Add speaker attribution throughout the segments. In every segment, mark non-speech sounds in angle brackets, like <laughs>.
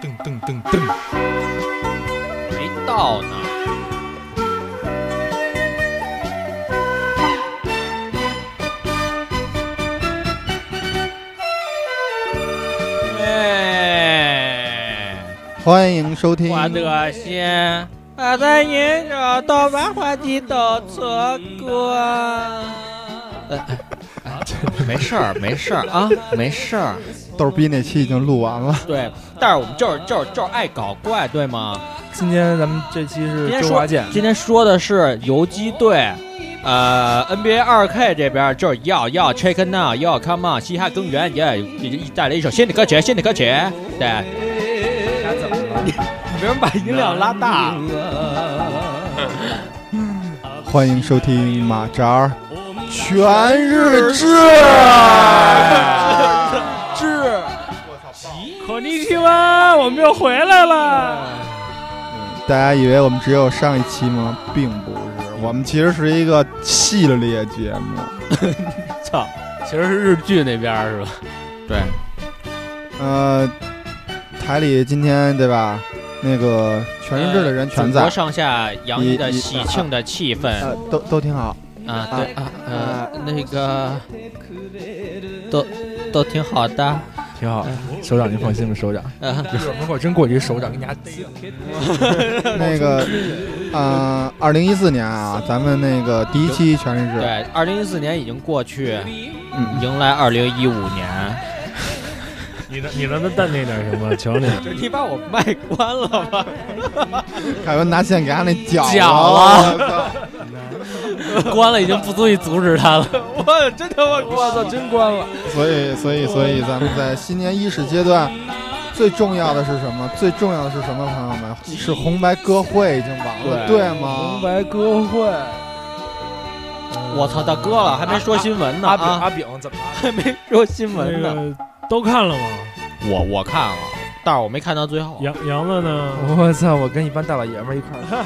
Speaker 1: 噔噔，
Speaker 2: 没到呢。哎，
Speaker 3: 欢迎收听
Speaker 2: 我的心，我的眼角都把话题都错过。哎没事儿，没事儿啊，没事儿。
Speaker 3: 逗逼那期已经录完了，
Speaker 2: 对，但是我们就是就是就是爱搞怪，对吗？
Speaker 1: 今天咱们这期是
Speaker 2: 今天
Speaker 1: 周
Speaker 2: 说
Speaker 1: 华健，
Speaker 2: 今天说的是游击队，呃，NBA 二 K 这边就是要要 check it now 要 come on 嘻哈公园也也带来一首新的歌曲，新的歌曲，对， <laughs>
Speaker 1: 他怎么了？
Speaker 2: 别人把音量拉大，
Speaker 3: 欢迎收听马扎儿全日制。啊
Speaker 2: 是
Speaker 4: 可尼基哇，我们又回来了。
Speaker 3: <laughs> 大家以为我们只有上一期吗？并不是，我们其实是一个系列节
Speaker 4: <laughs>
Speaker 3: 目。
Speaker 2: 操，
Speaker 4: 其实是日剧那边儿是吧？
Speaker 2: 对，
Speaker 3: 呃，台里今天对吧？那个全日制的人全
Speaker 2: 祖
Speaker 4: 呃
Speaker 2: 国
Speaker 3: 在，
Speaker 2: 上下洋溢的
Speaker 3: 一一
Speaker 2: 喜庆的气氛
Speaker 3: 呃，都都挺好。
Speaker 2: 啊，对啊，呃，那个都都挺好的，
Speaker 1: 挺好，首长您放心吧，首长，
Speaker 2: 嗯、
Speaker 1: 一会儿门口真过去，首长给你家逮了。
Speaker 3: 那个，呃，二零一四年啊，咱们那个第一期全日制，
Speaker 2: 对，二零一四年已经过去，
Speaker 3: 嗯，
Speaker 2: 迎来二零一五年。
Speaker 4: 你能你能再淡定点
Speaker 1: <laughs>
Speaker 4: 行吗？求你。
Speaker 2: 就是你把我麦关了 <laughs> 吧。
Speaker 3: 凯文拿线给他那绞
Speaker 4: 绞啊
Speaker 3: 啊，
Speaker 4: 关了已经不足以阻止他了。
Speaker 2: 我真他妈
Speaker 1: 我操，真关了！
Speaker 3: <laughs> 所以，所以，所以，咱们在新年伊始阶段，最重要的是什么？最重要的是什么？朋友们，是红白歌会已经完了，
Speaker 4: 对
Speaker 3: 对
Speaker 1: 红
Speaker 2: 哦
Speaker 3: 吗？
Speaker 1: 白歌会，
Speaker 2: 我操，大哥了，还没说新闻呢
Speaker 1: 阿炳
Speaker 2: 啊，哎
Speaker 1: 阿炳怎么了？
Speaker 2: 还没说新闻呢。
Speaker 4: 都看了吗？
Speaker 2: 我我看了，但是我没看到最后。
Speaker 4: 杨杨子呢？
Speaker 1: 我操！我跟一帮大老爷们儿一块儿看，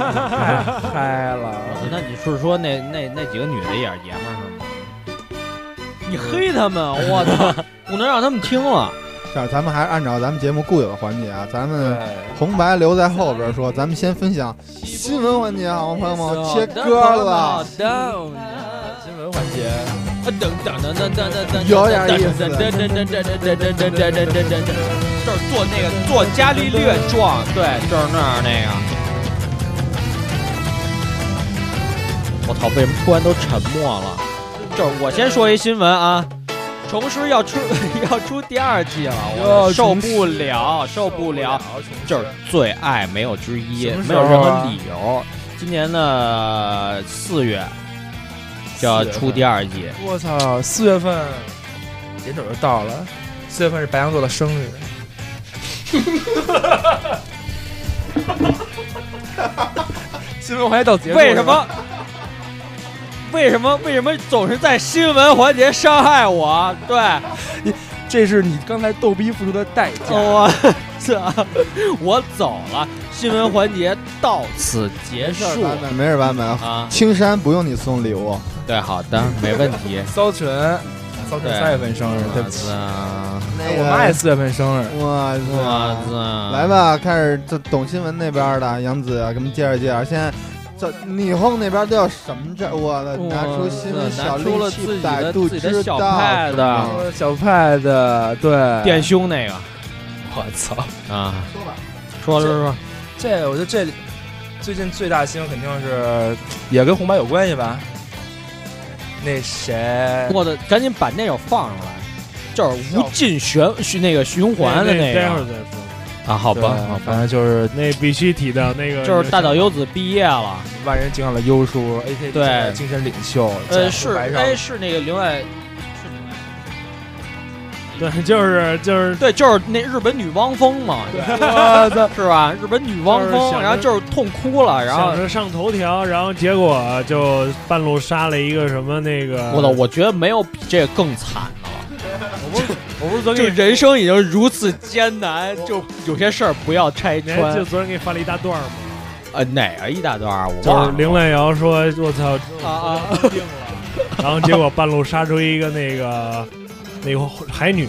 Speaker 1: 太嗨了！
Speaker 2: 那你是说那那那几个女的也是爷们儿是吗？你黑他们，啊我操！ <laughs> 不能让他们听了。
Speaker 3: 这样，咱们还是按照咱们节目固有的环节啊，咱
Speaker 2: 嗯
Speaker 3: 们红白留在后边说，咱们先分享新闻环节，啊好吗，朋友们？
Speaker 2: 哦
Speaker 3: 切歌了，
Speaker 2: Down，
Speaker 1: 新闻环节，
Speaker 2: 噔噔噔噔噔噔，噔噔噔噔噔噔噔噔噔噔噔，就是做那个做伽利略状，对，就是那儿那个。我操，为什么突然都沉默了？就是我先说一新闻啊，重师要出要出第二季了，我
Speaker 1: 哟
Speaker 2: 受
Speaker 1: 重
Speaker 2: 不了，受不了。，就是最爱没有之一
Speaker 1: 什么，时
Speaker 2: 没
Speaker 1: 候
Speaker 2: 有
Speaker 1: 啊
Speaker 2: 任何理由。今年的四月就要出第
Speaker 1: 二。
Speaker 2: 二季，
Speaker 1: 我操，四月份眼瞅就到了，四月份是白羊座的生
Speaker 2: <laughs>
Speaker 1: 日。新闻环节到结束了
Speaker 2: 为什？么？为什么？为什么总是在新闻环节伤害我？对，
Speaker 1: 这是你刚才逗逼付出的代价。
Speaker 2: 我操， <laughs> 我走了，新闻环节到此结
Speaker 3: 没事
Speaker 2: 束
Speaker 3: 版本，没事版本。
Speaker 2: 啊！
Speaker 3: 青山不用你送礼物，
Speaker 2: 对，好的，没问
Speaker 3: <laughs>
Speaker 2: 题。
Speaker 1: 骚纯，骚纯
Speaker 2: 对
Speaker 1: 三月份生日，对不起，
Speaker 2: 啊，
Speaker 3: 那
Speaker 1: 我妈也四月份生日。
Speaker 3: 哇
Speaker 2: 我
Speaker 3: 塞！
Speaker 2: 操，
Speaker 3: 来，吧，开始这懂新闻那边的杨子啊，给我们介绍介绍。现在这霓虹那边都有什么这？我的，拿出新闻小
Speaker 2: 拿出
Speaker 3: 利
Speaker 2: 了自
Speaker 3: 器，
Speaker 2: 己
Speaker 3: 百
Speaker 2: 的
Speaker 3: 度
Speaker 2: 自己的
Speaker 3: 知
Speaker 2: 小
Speaker 3: 道。
Speaker 2: 派的
Speaker 3: 嗯
Speaker 1: 呃小派的对，
Speaker 2: 电胸那个
Speaker 1: 我操，
Speaker 2: 啊，
Speaker 3: 说吧，
Speaker 2: 说说说，
Speaker 1: 这我觉得这最近最大新闻肯定是也跟红白有关系吧？那谁，
Speaker 2: 我的赶紧把那首放上来，就是无尽循循那个循环的那
Speaker 4: 待会儿
Speaker 2: 个
Speaker 4: 再说。
Speaker 2: 啊，好
Speaker 1: 对
Speaker 2: 吧，好
Speaker 1: 反
Speaker 2: 吧，
Speaker 1: 正就是
Speaker 4: 那必须提到那个，
Speaker 2: 就是大岛优子毕业了，
Speaker 1: 万人敬仰的优叔，A.K.
Speaker 2: 对
Speaker 1: 精神领袖，
Speaker 2: 呃，
Speaker 1: 在
Speaker 2: 是
Speaker 1: 红白上 <laughs>
Speaker 2: 哎是那个另外，是另外
Speaker 4: <laughs> 对，就是就是
Speaker 2: 对，就是那日本女汪峰嘛，
Speaker 1: 我操，
Speaker 2: 是吧？日本女汪
Speaker 4: 就是想
Speaker 2: 峰，
Speaker 4: 着
Speaker 2: 然后就是痛哭了，然后
Speaker 4: 想。着上头条，然后结果就半路杀了一个什么那个，
Speaker 2: 我操！我觉得没有比这更惨的了。
Speaker 4: 我不
Speaker 2: <laughs>
Speaker 4: 是昨
Speaker 2: 就
Speaker 4: 天给
Speaker 2: 人生已经如此艰难，就有些事儿不要拆
Speaker 4: 你
Speaker 2: 穿
Speaker 4: 哎还。就昨天给你发了一大段吗？
Speaker 2: 呃，哪个一大段儿我
Speaker 4: 就是
Speaker 2: 忘
Speaker 4: 林
Speaker 2: 了。
Speaker 4: 濑遥说：“我操，
Speaker 2: 啊啊！
Speaker 4: 病了。”然后结果半路杀出一个那个那个海女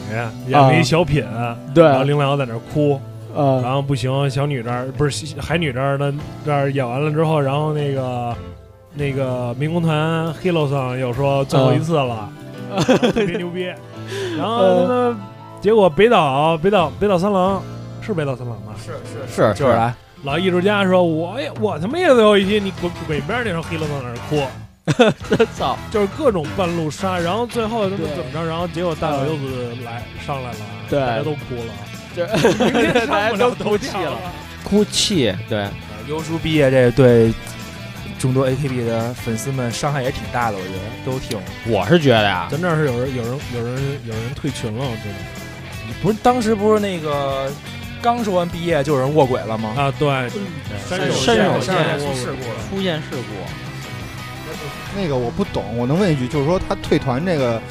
Speaker 4: 演了一小品，然后
Speaker 2: <laughs> 对，
Speaker 4: 林濑遥在那儿哭，
Speaker 5: 呃
Speaker 4: 然后不行，小女这儿不是海女这儿的这儿演完了之后，然后那个那个民工团 Hilo 上又说最后一次了，
Speaker 2: 嗯
Speaker 4: 特
Speaker 2: <laughs>
Speaker 4: 别牛逼。然后他妈结果北岛北岛北岛三郎是北岛三郎吧？
Speaker 1: 是是
Speaker 2: 是
Speaker 1: <laughs> 就是啊来，
Speaker 4: 老艺术家说：“我也我他妈也最后一期，你滚滚边儿去！”然后 Hilo 在那儿哭， <laughs>
Speaker 2: 操，
Speaker 4: 就是各种半路杀，然后最后他妈
Speaker 5: 对
Speaker 4: 怎么着？然后结果大
Speaker 2: 嗯
Speaker 4: 岛优子来上来了，
Speaker 5: 对
Speaker 4: 大家都哭了，
Speaker 2: <laughs> 这
Speaker 4: 明天
Speaker 2: 大
Speaker 4: 上
Speaker 2: 家
Speaker 4: 不
Speaker 2: 都哭
Speaker 4: 了头
Speaker 2: 泣
Speaker 4: 条
Speaker 2: 了。哭泣，对，
Speaker 1: 优叔毕业这对众多 AKB 的粉丝们伤害也挺大的，我觉得都挺。
Speaker 2: 我是觉得啊呀，
Speaker 4: 咱这儿是有人有人有人有人退群了，我知
Speaker 1: 不是当时不是那个刚说完毕业就有人卧轨了吗？
Speaker 4: 道啊。对，山
Speaker 2: 手
Speaker 1: 山
Speaker 2: 线
Speaker 1: 线也
Speaker 2: 山
Speaker 1: 出
Speaker 4: 手线
Speaker 1: 事故了。
Speaker 2: 出现事故，
Speaker 3: 那个我不懂，我能问一句，就是说他退团这个，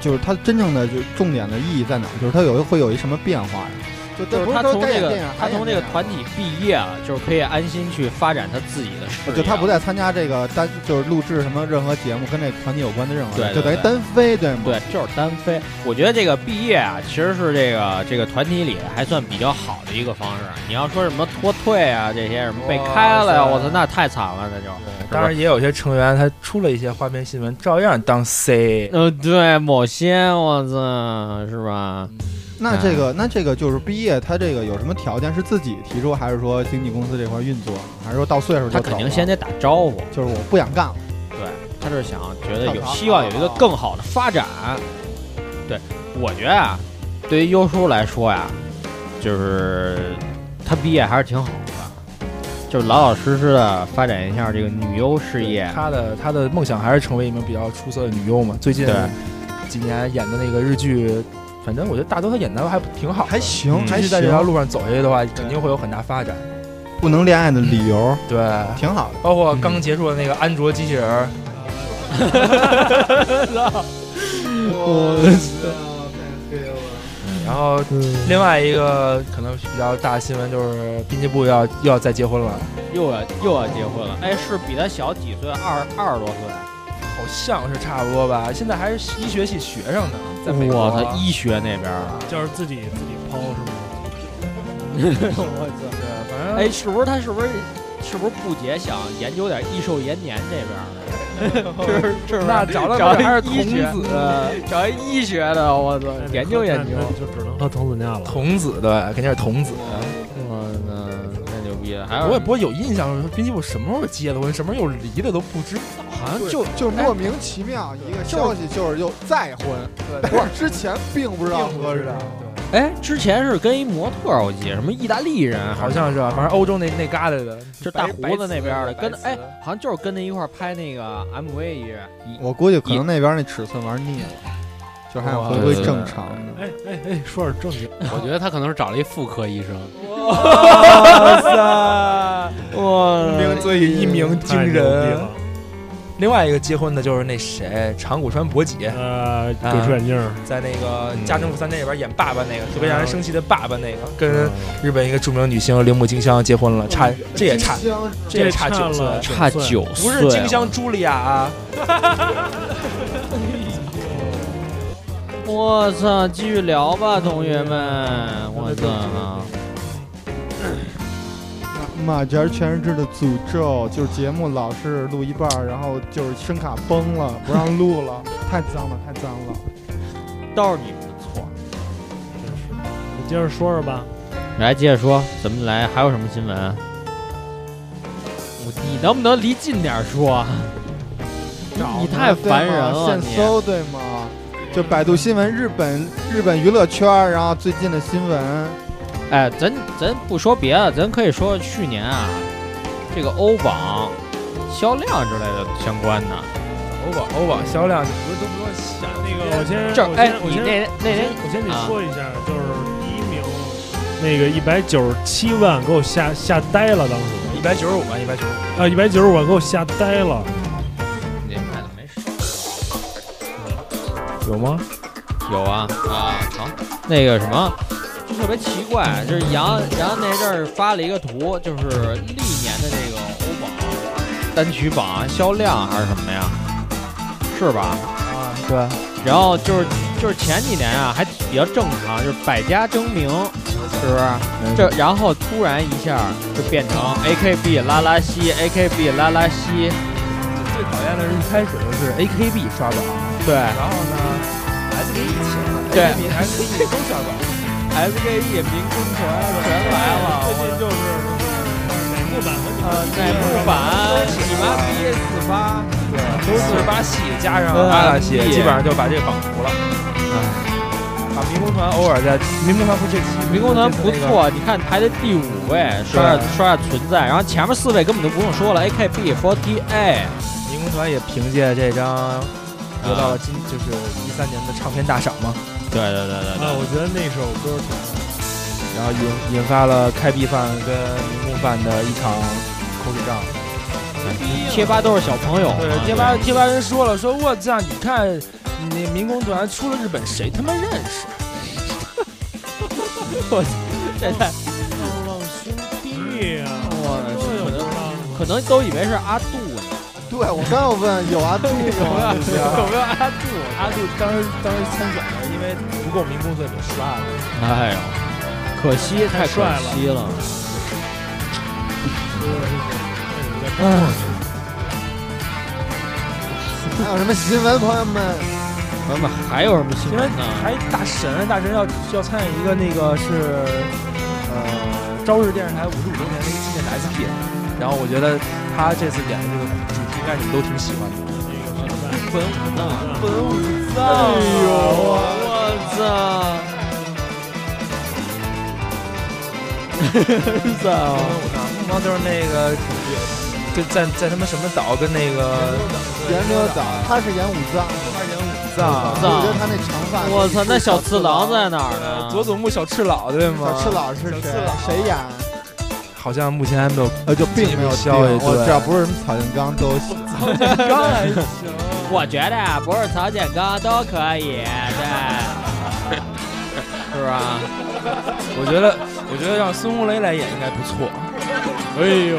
Speaker 3: 就是他真正的就重点的意义在哪儿？就是他有一会有一什么变化呀？就
Speaker 2: 就
Speaker 3: 这
Speaker 2: 是
Speaker 3: 不是
Speaker 2: 他
Speaker 3: 说
Speaker 2: 从
Speaker 3: 该
Speaker 2: 这
Speaker 3: 演
Speaker 2: 个
Speaker 3: 电影哎还
Speaker 2: 他
Speaker 3: 演
Speaker 2: 从这个
Speaker 3: 电影啊
Speaker 2: 团体毕业了，就是可以安心去发展他自己的事业。啊
Speaker 3: 就他不再参加这个单，就是录制什么任何节目跟这个团体有关的任何，
Speaker 2: 对对
Speaker 3: 就等于
Speaker 2: 对
Speaker 3: 单飞，对吗？
Speaker 2: 对，就是单飞。我觉得这个毕业啊，其实是这个这个团体里还算比较好的一个方式。啊你要说什么脱退啊，这些什么被开了呀，
Speaker 1: 哇塞
Speaker 2: 我操，那太惨了，那就。
Speaker 1: 当然也有些成员他出了一些花边新闻，照样当 C。
Speaker 2: 呃，
Speaker 3: 嗯
Speaker 2: 对，某些我操，是吧？
Speaker 3: 那这
Speaker 2: 哎
Speaker 3: 个那这个就是毕业，他这个有什么条件是自己提出，还是说经纪公司这块运作，还是说到岁数
Speaker 2: 他
Speaker 3: 就走
Speaker 2: 肯定
Speaker 3: 了
Speaker 2: 先得打招呼，
Speaker 3: 就是我不想干了，
Speaker 2: 他是想觉得有希望有一个更好的发展。对，我觉得啊，对于优叔来说呀，就是他毕业还是挺好的，就是老老实实的发展一下这个女优事业。
Speaker 1: 他的他的梦想还是成为一名比较出色的女优嘛。最近
Speaker 2: 对
Speaker 1: 几年演的那个日剧，反正我觉得大多他演的还挺好的，
Speaker 3: 还行
Speaker 2: 嗯
Speaker 1: 继
Speaker 3: 还
Speaker 1: 续在这条
Speaker 3: 行，
Speaker 1: 路上走下去的话，肯定会有很大发展。
Speaker 3: 不能恋爱的理由
Speaker 1: 对，
Speaker 3: 挺好的。
Speaker 1: 包括刚结束的那个安卓机器人儿，
Speaker 3: 我
Speaker 1: 然后另外一个可能比较大的新闻就是滨崎步要又要再结婚了，
Speaker 2: 又要又要结婚了，哎，是比他小几岁，二二十多岁。
Speaker 1: 好像是差不多吧。现在还是医学系学生呢，在美国。啊
Speaker 2: 哇，他医学那边儿，
Speaker 4: 就是自己自己抛
Speaker 1: 对，
Speaker 2: <laughs>
Speaker 4: 是吗？
Speaker 1: 反正
Speaker 2: 哎，是不是他是不是是不是不姐想研究点益寿延年这边
Speaker 1: <laughs>
Speaker 2: 儿的？这是这是
Speaker 1: 那找了
Speaker 2: 找
Speaker 1: 还是
Speaker 2: 一医学
Speaker 1: 童子，
Speaker 2: 找一医学的，我操，研究研究
Speaker 4: 那。就只能喝啊童子尿了。
Speaker 1: 童子对，肯定是童子。
Speaker 2: 哎我操，太牛逼了！啊还有
Speaker 1: 我也不会有印象，说滨崎步什么时候结的婚，什么时候离的都不知道，好像
Speaker 3: 就就莫名其妙一个消息，哎就是又再婚，不是之前并不知道合适。
Speaker 2: 哎，之前是跟一模特儿，我记得什么意大利人，
Speaker 1: 好像是吧？啊反正欧洲那那旮瘩的，
Speaker 2: 就大胡子那边儿的，跟
Speaker 1: 白
Speaker 2: 哎
Speaker 1: 瓷，
Speaker 2: 好像就是跟那一块儿拍那个 MV 一样。
Speaker 3: 我估计可能那边那尺寸玩腻了，就还想回归正常的。
Speaker 4: 哎哎哎，说点正经，
Speaker 6: 我觉得他可能是找了一妇科医生，
Speaker 2: 哇 <laughs> 塞！哇，
Speaker 3: 嗯
Speaker 1: 一鸣所以一鸣惊
Speaker 4: 太牛逼
Speaker 1: 人
Speaker 4: 了。。
Speaker 1: 另外一个结婚的就是那谁，长谷川博己，
Speaker 4: 呃，
Speaker 2: 啊
Speaker 4: 鬼畜眼镜儿，
Speaker 1: 在那个
Speaker 4: 嗯
Speaker 1: 《家政妇三》那里边演爸爸那个，特别让人生气的爸爸那个，
Speaker 2: 嗯
Speaker 1: 跟日本一个著名女星铃木京香结婚了，差
Speaker 4: 嗯
Speaker 1: 这也差这也差九岁
Speaker 4: 了，，啊
Speaker 2: 差九岁，
Speaker 1: 不是京香茱莉亚啊，
Speaker 4: 嗯
Speaker 2: 我操，继续聊吧，同学们，我操，
Speaker 3: 马甲全日制的诅咒，就是节目老是录一半儿，然后就是声卡崩了，不让录
Speaker 2: <laughs>
Speaker 3: 了，太脏了，太脏了。
Speaker 2: 都是你们的错。
Speaker 4: 你接着说说吧。
Speaker 2: 来，接着说，怎么来？还有什么新闻？啊我你能不能离近点说？你太烦人了，
Speaker 3: 现
Speaker 2: 你
Speaker 3: 搜对吗？就百度新闻日本日本娱乐圈儿，然后最近的
Speaker 2: <laughs>
Speaker 3: 新闻，
Speaker 2: 哎，咱咱不说别的，咱可以说去年啊，这个欧榜销量之类的相关的。
Speaker 1: 欧宝欧宝销量不是都不用想
Speaker 4: 那个，我先，
Speaker 2: 这
Speaker 4: 我
Speaker 2: 儿
Speaker 4: 先
Speaker 2: 哎，
Speaker 4: 我
Speaker 2: 你
Speaker 4: 先
Speaker 2: 那那天
Speaker 4: 我先得
Speaker 2: 啊
Speaker 4: 说一下，就是第一名，那个一百九十七万，给我吓吓呆了，当时
Speaker 1: 一百九十五吧，一百九十五。
Speaker 4: 啊，一百九十万给我吓呆了。
Speaker 2: 你卖的没事。
Speaker 1: 有吗？
Speaker 2: 有啊啊，成那个什么，就特别奇怪，就是杨杨那阵儿发了一个图，就是历年的这个欧榜单曲榜啊销量还是什么呀？是吧？
Speaker 1: 啊，对，
Speaker 2: 然后就是就是前几年啊，还比较正常，就是百家争鸣，是不是？这然后突然一下就变成 AKB 拉拉西，AKB 拉拉西，
Speaker 1: 最讨厌的是一开始的是 AKB 刷榜，
Speaker 2: 对
Speaker 1: 然后呢，SKE 起来了，
Speaker 2: 对
Speaker 1: SKE 都刷榜，
Speaker 2: ，SKE 民工团全来了，
Speaker 4: 最
Speaker 2: 我
Speaker 4: 近哎就是哪部版和
Speaker 2: 呃，乃木坂，你妈逼四八，
Speaker 1: 对，都四十八系加上
Speaker 2: 嗯
Speaker 1: 阿拉系，
Speaker 2: 嗯
Speaker 1: 基本上就把这个绑服了。啊，民工团偶尔在民工团不这期
Speaker 2: 民工团不，错，你看排在第五位，刷
Speaker 1: 对
Speaker 2: 刷存在，然后前面四位根本就不用说了，AKB48，
Speaker 1: 民工团也凭借这张得到了今就是一三年的唱片大赏嘛，
Speaker 2: 对对对对
Speaker 4: 啊，我觉得那首歌挺好的。
Speaker 1: 然后引引发了开闭饭跟民工饭的一场口水仗。
Speaker 2: 对，贴吧都是小朋友啊嘛，
Speaker 1: 对，贴吧贴吧人说了，说我操，你看你民工团出了日本，谁他妈认识？
Speaker 2: 这太
Speaker 1: 哎
Speaker 4: 对呀，
Speaker 2: 哇
Speaker 4: 这有吗？
Speaker 2: <laughs> 可能都以为是阿杜呢，
Speaker 3: 对我刚要问有啊阿杜吗？
Speaker 2: 有没有阿杜？
Speaker 1: 阿杜当时当时参选的，因为不够民工，所以被刷了。
Speaker 2: <laughs> 哎呦，可惜太可惜了。
Speaker 3: 还有什么新闻，朋
Speaker 2: <laughs>
Speaker 3: 友们？
Speaker 2: 咱们还有什么新
Speaker 1: 因为
Speaker 2: 闻呢？
Speaker 1: 还大神，大神要要参与一个那个是呃朝日电视台五十五周年的一个纪念的 SP，然后我觉得他这次演的这个主题应该你们都挺喜欢的。
Speaker 2: 文武藏，
Speaker 1: 文武
Speaker 2: 哎呦，我操！操！
Speaker 1: 藏，文武藏就是那个跟在在他们什么岛跟那个
Speaker 3: 演刘导，他是演武藏，
Speaker 1: 武藏
Speaker 3: 我
Speaker 2: 藏
Speaker 3: 觉得他那长发，
Speaker 2: 我操！那小次郎在哪儿呢？
Speaker 1: 佐佐木小赤佬对吗？
Speaker 3: 小赤佬是谁？谁演？
Speaker 1: 好像目前还没有
Speaker 3: 呃，就并没有
Speaker 1: 消息
Speaker 3: 我
Speaker 1: 对
Speaker 3: 只要不是什么草金刚都行。
Speaker 1: 刚来就
Speaker 2: 我觉得啊不是曹建刚都可以，对，是吧？
Speaker 1: 我觉得，我觉得让孙红雷来演应该不错。
Speaker 4: 哎呦，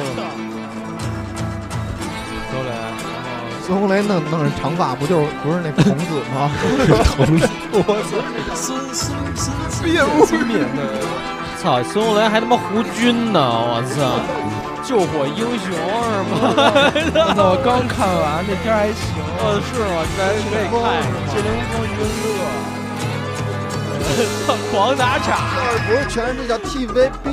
Speaker 1: 孙红雷，
Speaker 3: 孙红雷弄弄是长发，不就是不是那孔子吗？
Speaker 1: 孙孙孙
Speaker 3: 别
Speaker 1: 孙敏的，
Speaker 2: 操，孙红雷还他妈胡军呢！我操，救火英雄是吗？ <laughs>
Speaker 1: 我刚看完那片儿还行，
Speaker 2: 哦，是吗？这还可以看是吗
Speaker 1: 谢霆锋一个乐，
Speaker 2: <laughs> 狂打岔，
Speaker 3: 哎不是全是那叫 TVB，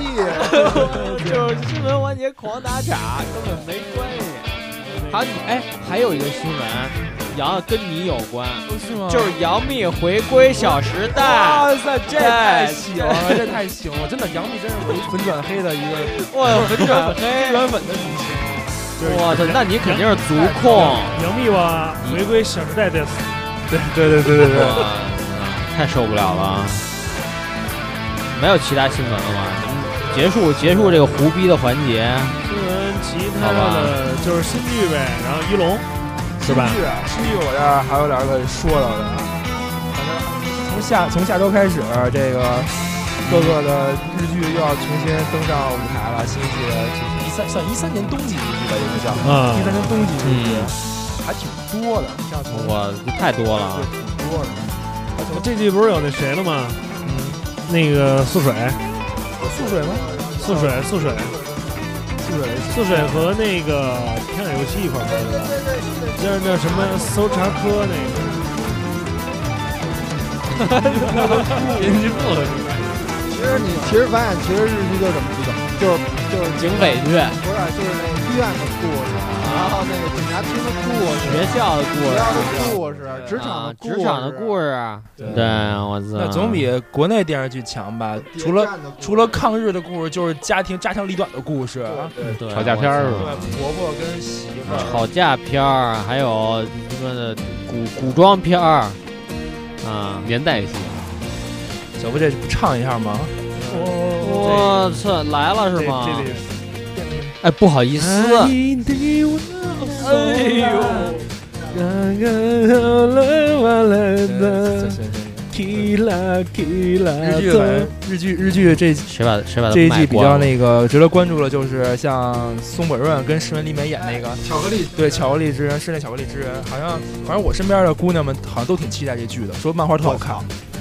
Speaker 2: 就是新闻环节狂打岔，根本没关系。还有你哎，还有一个新闻，杨跟你有关，
Speaker 1: 不是吗？
Speaker 2: 就是杨幂回归《小时代》。
Speaker 1: 哇塞，这太行了，这太行了！真的，杨幂真是回 <laughs> 粉转黑的一个
Speaker 2: 哇，很转黑！
Speaker 1: 转粉的女星。
Speaker 2: 我操，那你肯定是足控。
Speaker 4: 杨幂吧，回归《小时代》的
Speaker 1: 对对对对对对，
Speaker 2: 哇，太受不了了啊！没有其他新闻了吗？结束结束这个胡逼的环节，
Speaker 4: 新闻，其他
Speaker 2: 好吧
Speaker 4: 的就是新剧呗，然后一龙是
Speaker 1: 啊
Speaker 4: 吧？
Speaker 1: 是我这儿还有点儿可以说到的啊。反正从下从下周开始，这个各个的日剧又要重新登上舞台了。新一季的就是一三算一三年冬季日剧吧，也不叫
Speaker 4: 啊
Speaker 1: 一，三年冬季日剧
Speaker 2: 嗯，
Speaker 1: 还挺多的。像从
Speaker 2: 我太多了
Speaker 1: 对，挺多的。还从
Speaker 4: 这季不是有那谁了吗？
Speaker 6: 嗯
Speaker 4: 那个素水，
Speaker 1: 素哦水吗？哦
Speaker 4: 素水，素水，
Speaker 1: 素水
Speaker 4: 素水和那个《天海游戏》一块儿拍的吧，就是那什么搜查科那个。 <laughs>
Speaker 2: 编辑部
Speaker 3: 其实你其实发现，其实日剧就是这么剧的，就是就是
Speaker 2: 警匪剧、
Speaker 3: 不是就是那医院的故事，然后那个警察厅的故事，
Speaker 2: 学校的
Speaker 3: 学校的
Speaker 2: 故事、
Speaker 3: 故事，职场
Speaker 2: 啊
Speaker 3: 的故事，
Speaker 2: 职场的故事，啊对，
Speaker 6: 啊
Speaker 2: 我操，
Speaker 1: 那总比国内电视剧强吧？
Speaker 3: 谍
Speaker 1: 除了
Speaker 3: 战的故事
Speaker 1: 除了抗日的故事，就是家庭家长里短的故事。啊
Speaker 3: 对
Speaker 2: 对
Speaker 6: 吵架片儿是吧
Speaker 1: 对，婆婆跟媳妇儿。
Speaker 2: 吵架片儿，还有什么的古古装片儿啊！
Speaker 6: 年代戏，
Speaker 1: 小布这不唱一下吗？
Speaker 2: 我操，来了是吗？
Speaker 4: 这里
Speaker 2: 哎，不好意思，哎呦，
Speaker 1: 行行行。日剧反正日剧日剧这
Speaker 2: 谁把谁把他
Speaker 1: 这一
Speaker 2: 麦
Speaker 1: 季比
Speaker 2: 关
Speaker 1: 较
Speaker 2: 了
Speaker 1: 那个值得关注的，就是像松本润跟石原里美演那个
Speaker 3: 巧克力
Speaker 1: 对《巧克力之人》室内巧克力之人，好像反正我身边的姑娘们好像都挺期待这剧的，说漫画特好看。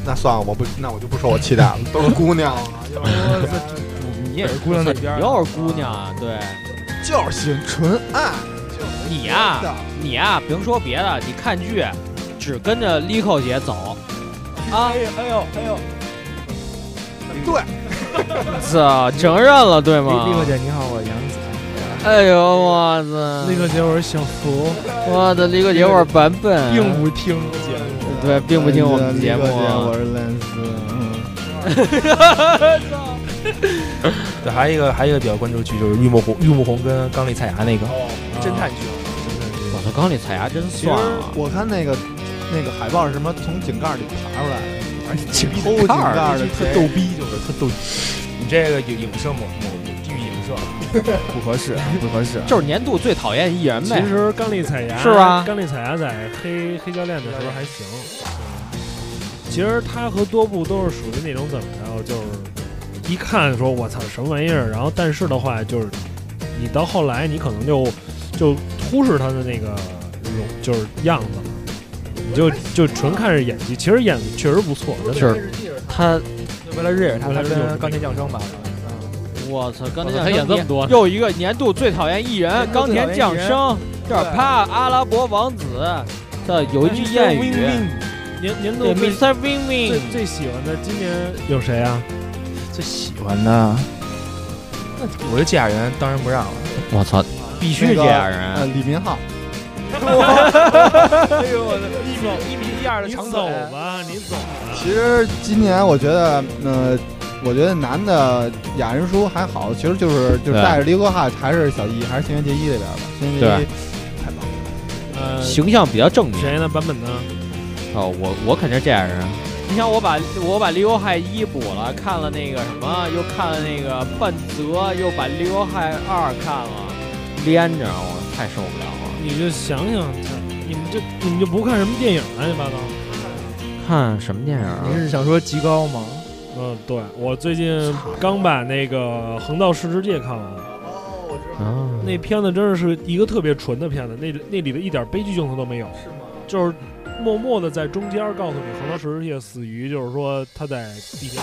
Speaker 3: 那算了，我不，那我就不说我期待了，都是姑娘啊，要是
Speaker 2: 你也是
Speaker 1: 姑娘那边儿
Speaker 2: 你又是姑娘啊，对
Speaker 3: 就是喜欢纯爱，
Speaker 2: 你啊，你啊，甭说别的，你看剧只跟着 Lico 姐走啊，
Speaker 1: 呦哎呦哎呦， <laughs>
Speaker 3: 对，
Speaker 2: 这承认了对吗？
Speaker 1: 丽丽姐你好，我杨子。
Speaker 2: 哎呦我操
Speaker 4: 那！个结尾享福，
Speaker 2: 我的 Lico 姐，我是版本，
Speaker 1: 并不听节目，
Speaker 2: 对，并不听我们嗯节目
Speaker 3: 李克姐我
Speaker 2: 啊。
Speaker 3: 是兰斯，
Speaker 5: 对，还有一个还有一个比较关注的剧就是玉木宏玉木宏跟刚丽菜芽那个啊
Speaker 1: 侦探剧，
Speaker 2: 我操，刚里采牙真
Speaker 3: 其实
Speaker 2: 算啊了，
Speaker 3: 我看那个那个海报是什么，从井盖里爬出来的，
Speaker 5: 哎
Speaker 3: 偷井
Speaker 5: 看儿
Speaker 3: 盖的
Speaker 5: 特
Speaker 3: 贼
Speaker 5: 逗逼，就是特逗逼。你这个影影射某某地域影射，
Speaker 1: 不合适，不合
Speaker 5: <laughs>
Speaker 1: 适。
Speaker 2: 就是年度最讨厌艺人呗
Speaker 4: 其。实刚力彩牙
Speaker 2: 是吧
Speaker 4: 刚力彩牙在黑黑教练的时候还行，其实他和多布都是属于那种怎么着，就是一看说我操什么玩意儿，然后但是的话就是你到后来你可能就就忽视他的那个容就是样子了。你就就纯看是演技，其实演的确实不错，真的
Speaker 2: 是他，
Speaker 1: 为了认识他，
Speaker 4: 为
Speaker 1: 他
Speaker 4: 了认识
Speaker 1: 跟钢铁降生吧。
Speaker 2: 我操，刚
Speaker 6: 我
Speaker 2: 才
Speaker 6: 操他演这么多呢，
Speaker 2: 又一个年度最讨厌艺人，
Speaker 1: 年度
Speaker 2: 钢
Speaker 1: 最讨厌
Speaker 2: 铁降
Speaker 1: 艺人
Speaker 2: 生，这儿啪，阿拉伯王子，这有一句谚语，
Speaker 4: 年年度
Speaker 2: 对
Speaker 4: 最
Speaker 2: ，Mr. Wing
Speaker 4: 最
Speaker 2: Wing，
Speaker 4: 最喜欢的今年有谁啊？
Speaker 5: 最喜
Speaker 3: 喜欢的，
Speaker 5: 我这嫁人当然不让了，
Speaker 2: 我操，必须
Speaker 3: 那
Speaker 2: 这
Speaker 3: 个
Speaker 2: 样
Speaker 3: 呃，
Speaker 2: 人，
Speaker 3: 李明浩，
Speaker 1: 哎呦我的一米一米一二的
Speaker 4: 你
Speaker 1: 长
Speaker 4: 走
Speaker 1: 腿，
Speaker 4: 吧，你走吧。
Speaker 3: 其实今年我觉得，呃，我觉得男的雅人叔还好，其实就是就是
Speaker 2: 对
Speaker 3: 带着离哥哈，还是小一，还是新垣结衣这边吧。新垣结衣太棒了，
Speaker 4: 呃，
Speaker 2: 形象比较正面。
Speaker 4: 谁呢？版本呢？
Speaker 2: 哦，我我肯定是这样人。你像我把我把利欧害一补了，看了那个什么，又看了那个半泽，又把利欧害二看了，连着我太受不了了。
Speaker 4: 你就想想，你们这你们就不看什么电影乱七八糟？
Speaker 2: 看什么电影啊
Speaker 1: 你是想说极高吗？
Speaker 4: 嗯，对我最近刚把那个《横道世之介》看完了，
Speaker 2: 啊？
Speaker 4: 那片子真是一个特别纯的片子，那那里的一点悲剧镜头都没有，是吗？就是默默的在中间告诉你，横道世之介死于就是说他在地铁里死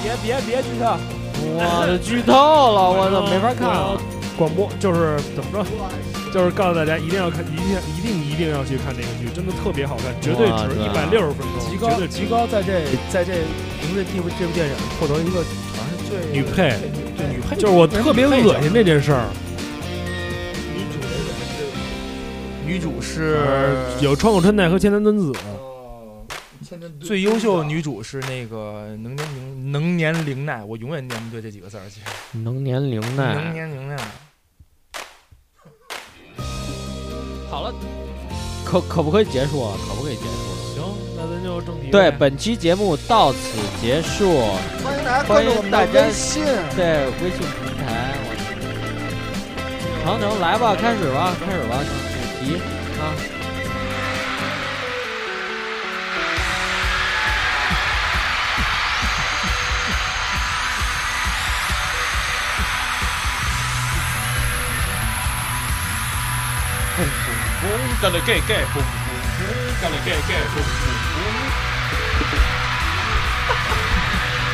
Speaker 1: 别别别剧
Speaker 5: 哦
Speaker 1: 透，
Speaker 2: 我的剧透了，我怎么没法看
Speaker 4: 我
Speaker 2: 了？
Speaker 4: 广播就是怎么着，就是告诉大家一定要看，一定一定一定要去看这个剧，真的特别好看，绝对
Speaker 2: 哇
Speaker 4: 值
Speaker 2: 对
Speaker 4: 一
Speaker 2: 啊
Speaker 4: 百六十分钟，
Speaker 1: 极
Speaker 4: 绝
Speaker 1: 高
Speaker 4: 对值
Speaker 1: 极高在这在这凭着这部这部电影获得一个好像是最
Speaker 4: 女配
Speaker 1: 对女配
Speaker 4: 就是我特别恶心这件事儿，
Speaker 5: 女主是
Speaker 4: 呃
Speaker 1: 呃
Speaker 4: 有川口春奈和千田敦子，
Speaker 1: 哦
Speaker 5: 最优秀的女主是那个能年龄能年龄奈，我永远念不对这几个字儿，其实
Speaker 2: 能年龄
Speaker 5: 能
Speaker 2: 奈，
Speaker 5: 年龄奈。
Speaker 2: 好了，可可不可以结束了？可不可以结束了？
Speaker 4: 行，那咱就正题
Speaker 2: 对，
Speaker 4: 呗
Speaker 2: 本期节目到此结束。
Speaker 3: 欢迎大家
Speaker 2: 关注我们的微
Speaker 3: 信。
Speaker 2: 对，微信平台，我长城来吧，开始吧，开始吧，主题啊。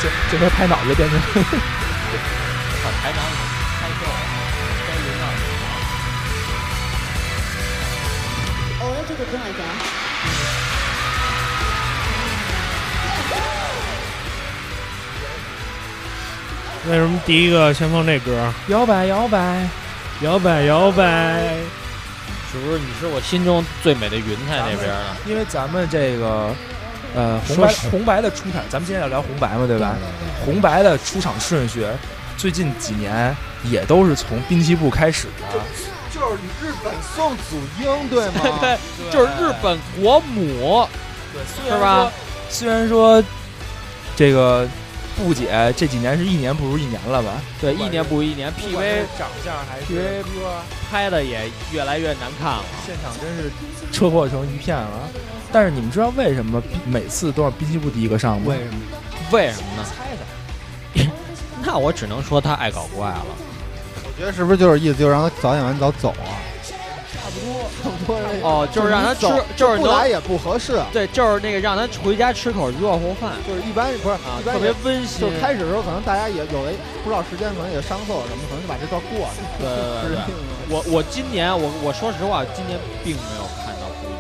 Speaker 1: 这这边拍脑子变成
Speaker 7: 応援曲来ないか
Speaker 4: 为什么第一个先放这歌？
Speaker 1: 摇摆摇摆，
Speaker 4: 摇摆摇摆，
Speaker 2: 是不是你是我心中最美的云彩那边 <laughs> 的？
Speaker 1: 因为咱们这个呃红
Speaker 5: 说
Speaker 1: 白
Speaker 5: 实
Speaker 1: 红白的出场，咱们今天要聊红白嘛，对吧？红白的出场顺序，
Speaker 5: 最近几年也都是从滨崎步开始的，
Speaker 3: 就是日本宋祖英对吗？ <laughs>
Speaker 2: 对，就是日本国母，
Speaker 1: 对，虽
Speaker 2: 是吧？
Speaker 5: 虽然说这个布姐这几年是一年不如一年了吧，
Speaker 2: 对，一年不如一年
Speaker 1: 不管
Speaker 2: ，PV
Speaker 1: 是长相还是
Speaker 2: PV
Speaker 1: 歌，
Speaker 2: 拍的也越来越难看了。
Speaker 1: 现场真是
Speaker 5: 车祸成一片了。但是你们知道为什么滨每次都让滨崎步第一个上吗
Speaker 3: 为？什么？
Speaker 2: 为什么呢？ <laughs> 那我只能说他爱搞怪了。
Speaker 3: 我觉得是不是就是意思就是让他早点完早走啊？
Speaker 8: 差不多。
Speaker 3: 差不多人
Speaker 2: 哦，就是让他吃，就是
Speaker 3: 不来
Speaker 2: 能
Speaker 3: 也不合适，啊
Speaker 2: 对，就是那个让他回家吃口热乎饭
Speaker 3: 就是一般不是
Speaker 2: 啊，
Speaker 3: 一
Speaker 2: 特
Speaker 3: 般
Speaker 2: 别
Speaker 3: 也
Speaker 2: 温馨
Speaker 3: 就。开始的时候可能大家也有的不知道时间，可能也上厕所什么，可能就把这段过了。
Speaker 2: 对对对
Speaker 3: <laughs> 是
Speaker 2: 对。我我今年我我说实话，今年并没有看到回民。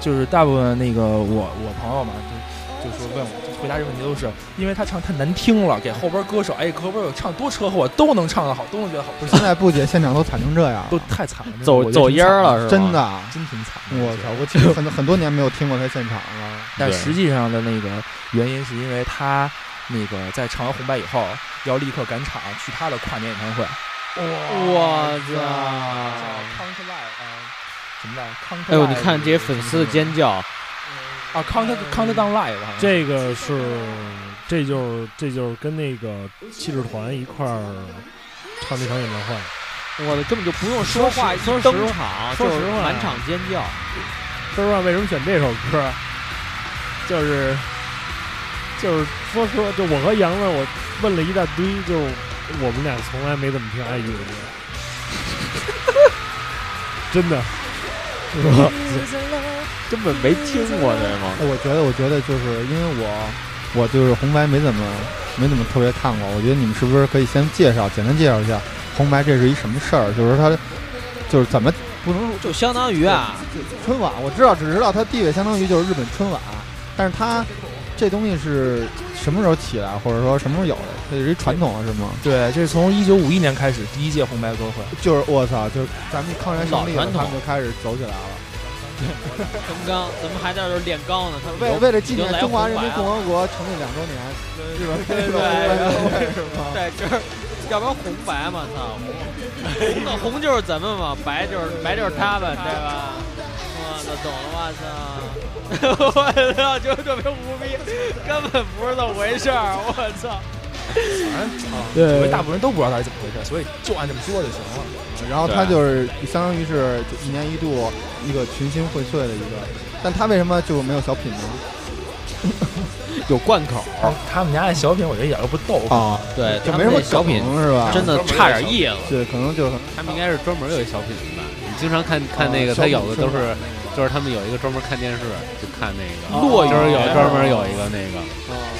Speaker 1: 就是大部分那个我我朋友嘛，
Speaker 3: 哦
Speaker 1: 就就说问我就回答这个问题都是，因为他唱太难听了，给后边歌手，哎，后边有唱多车祸都能唱得好，都能觉得好，
Speaker 3: <laughs>
Speaker 1: 不是
Speaker 3: 现在不解现场都惨成这样了，
Speaker 1: 都太惨了，真的嗯
Speaker 2: 走
Speaker 1: 我觉得
Speaker 2: 走
Speaker 1: 挺
Speaker 2: 音儿
Speaker 1: 惨
Speaker 2: 了是吧？
Speaker 3: 真的啊，
Speaker 1: 真挺惨。
Speaker 3: 我操！我其实很很多年没有听过他现场了。
Speaker 1: 但
Speaker 2: 对
Speaker 1: 实际上的那个原因是因为他那个在唱完红白以后，要立刻赶场去他的跨年演唱会。
Speaker 2: 我操！
Speaker 1: c o u n t Live 啊，什么来着？Count
Speaker 2: 哎呦，你
Speaker 1: Live 嗯
Speaker 2: 看这些粉丝的尖叫，
Speaker 1: 啊，Count
Speaker 3: 嗯
Speaker 1: Count Down Live 好像
Speaker 4: 这个是，这就是这就是跟那个气质团一块儿唱那场演唱会。
Speaker 2: 我的根本就不用说话，啊一
Speaker 4: 说实
Speaker 2: 登场
Speaker 4: 说
Speaker 2: 就
Speaker 4: 实
Speaker 2: 是
Speaker 4: 话
Speaker 2: 满场尖叫。
Speaker 4: 说实话，为什么选这首歌？就是就是说实话，就我和杨子，我问了一大堆，就我们俩从来没怎么听爱乐的歌， <laughs> 真的。 <laughs> 是吧？
Speaker 2: 根本没听过对吗？
Speaker 3: 我觉得，我觉得就是因为我，我就是红白没怎么没怎么特别看过。我觉得你们是不是可以先介绍，简单介绍一下红白这是一什么事儿？就是它就是怎么不能
Speaker 2: 就相当于啊，
Speaker 3: 春晚？我知道，只知道它地位相当于就是日本春晚，但是它这东西是什么时候起来，或者说什么时候有的？它是一传统啊是吗？
Speaker 1: 对，这是从一九五一年开始第一届红白歌会。
Speaker 3: 就是我操，就是咱们抗战胜利了，
Speaker 2: 老传
Speaker 3: 他
Speaker 2: 统
Speaker 3: 们就开始走起来了。
Speaker 2: 什么钢，咱们还在这儿练钢呢。他们
Speaker 3: 为
Speaker 2: 有
Speaker 3: 为了纪
Speaker 2: 已
Speaker 3: 念
Speaker 2: 经来
Speaker 3: 中华人
Speaker 2: 红白了
Speaker 3: 民共和国成立两周年，日本
Speaker 2: 对
Speaker 3: 日
Speaker 2: 对
Speaker 3: 本是吗？
Speaker 2: 在这儿，要不然红白嘛，操，红的红就是咱们嘛，白就是白就是他们，对吧？我操，懂了吧？操， <laughs> 我操，就特别无逼，根本不是这么回事儿，我操。
Speaker 1: 因为
Speaker 4: 对
Speaker 1: 大部分人都不知道它是怎么回事，所以就按这么说就行了。
Speaker 3: 然后
Speaker 2: 对
Speaker 3: 它就是相当于是就一年一度一个群星荟萃的一个，但它为什么就没有小品呢？
Speaker 2: 有贯口，
Speaker 1: 他们家的小品，我觉得一点都不逗。
Speaker 3: 啊，
Speaker 2: 对，
Speaker 3: 就没什么
Speaker 2: 小品，
Speaker 3: 梗是吧？
Speaker 2: 真的差点
Speaker 6: 啊
Speaker 2: 意思。
Speaker 3: 对，可能就是
Speaker 6: 他们应该是专门有一小品的吧？你经常看看那
Speaker 3: 啊
Speaker 6: 个，
Speaker 3: 小
Speaker 6: 他
Speaker 3: 品
Speaker 6: 有的都
Speaker 3: 春
Speaker 6: 是，就是他们有一个专门看电视，就看那个，
Speaker 2: 落雨
Speaker 6: 就是有专门有一个那个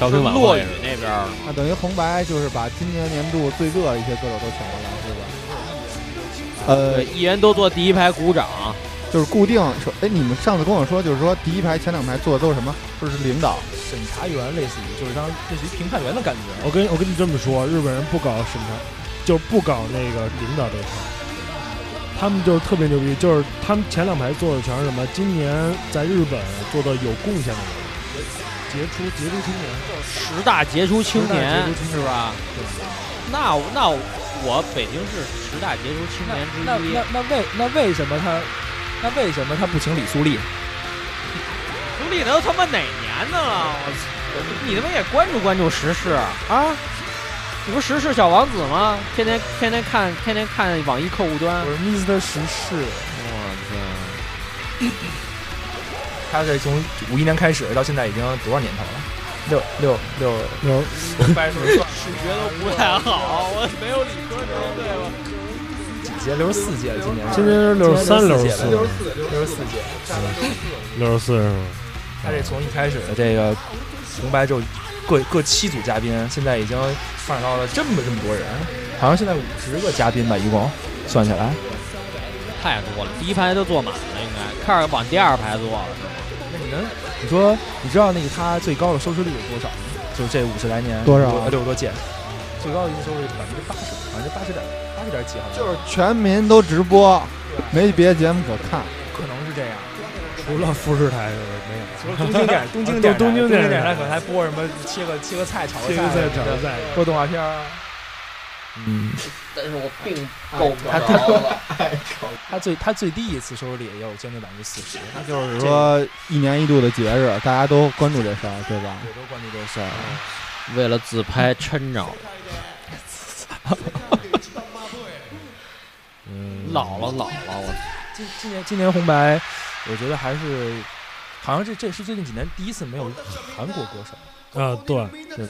Speaker 6: 小品晚
Speaker 2: 落
Speaker 6: 会
Speaker 2: 雨
Speaker 6: 似的。
Speaker 2: 那边儿
Speaker 3: 啊，等于红白就是把今年年度最热的一些歌手都请过来，是吧？呃
Speaker 2: 对，，一人都坐第一排鼓掌，
Speaker 3: 就是固定说，哎，你们上次跟我说，就是说第一排、前两排坐的都是什么？就是领导，
Speaker 1: 审查员类似于就是当类似于评判员的感觉。
Speaker 4: 哦我跟我跟你这么说，日本人不搞审查，就不搞那个领导这一套，他们就特别牛逼，就是他们前两排坐的全是什么？今年在日本做的有贡献的人，杰出杰出青年。
Speaker 2: 十大杰出青年
Speaker 4: 十大杰出
Speaker 2: 是吧？那我那我北京市十大杰出青年
Speaker 1: 那
Speaker 2: 之一
Speaker 1: 那，那为那为什么他那为什么他不请李素丽？
Speaker 2: 朱立都他妈哪年的了？我操！你他妈也关注关注时事啊？你不时事小王子吗？天天天天看，天天看网易客户端。
Speaker 1: 我是 Mr 时事，
Speaker 2: 我
Speaker 1: 他这从五一年开始到现在已经多少年头了？六六六，
Speaker 4: 有
Speaker 1: 我掰数算
Speaker 2: 操，数学都不太好，我没有理科能对吧？
Speaker 1: 几届？ <laughs> 六十四届了，今年
Speaker 4: 今年是六十三、
Speaker 1: 今
Speaker 4: 六
Speaker 1: 年
Speaker 4: 十
Speaker 1: 是
Speaker 4: 四、
Speaker 1: 六十四届。
Speaker 4: 六十四，
Speaker 1: 他这从一开始的呃这个红白就各各七组嘉宾，现在已经发展到了这么这么多人，好像现在五十个嘉宾吧，一共算起来。
Speaker 2: 太多了，第一排都坐满了，应该开始往第二排坐了。
Speaker 1: 那你能你说你知道那个他最高的收视率有多少吗？就是这五十来年
Speaker 3: 多少
Speaker 1: 呃六十多届，最高的一次收视率百分之八十，百分之八十点八十点几，好像
Speaker 3: 就是全民都直播，没别的节目可看。
Speaker 1: 可能是这 <laughs> 样。
Speaker 4: 除了富士台没有。
Speaker 1: 除了东京电，东京电，
Speaker 4: 东京
Speaker 1: 电
Speaker 4: 电视
Speaker 1: 台
Speaker 4: 台
Speaker 1: 可能还播什么切个切个菜炒个
Speaker 4: 这
Speaker 1: 菜，
Speaker 4: 个在
Speaker 1: 对
Speaker 4: 场在
Speaker 1: 播动画片儿啊。嗯，
Speaker 9: 但是我并够不
Speaker 1: 他
Speaker 2: 哎
Speaker 9: 着
Speaker 1: 他
Speaker 9: 了。
Speaker 1: 他最他最低一次收视率也有将近百分之四十，他就是
Speaker 3: 说一年一度的节日，大家都关注这事儿，对吧？
Speaker 1: 我都关注这事儿。啊
Speaker 2: 为了自拍抻 <laughs> 着，
Speaker 1: 嗯
Speaker 2: 老了老了，我
Speaker 1: 今今年今年红白，我觉得还是好像这这是最近几年第一次没有韩国歌手，
Speaker 4: 啊，对，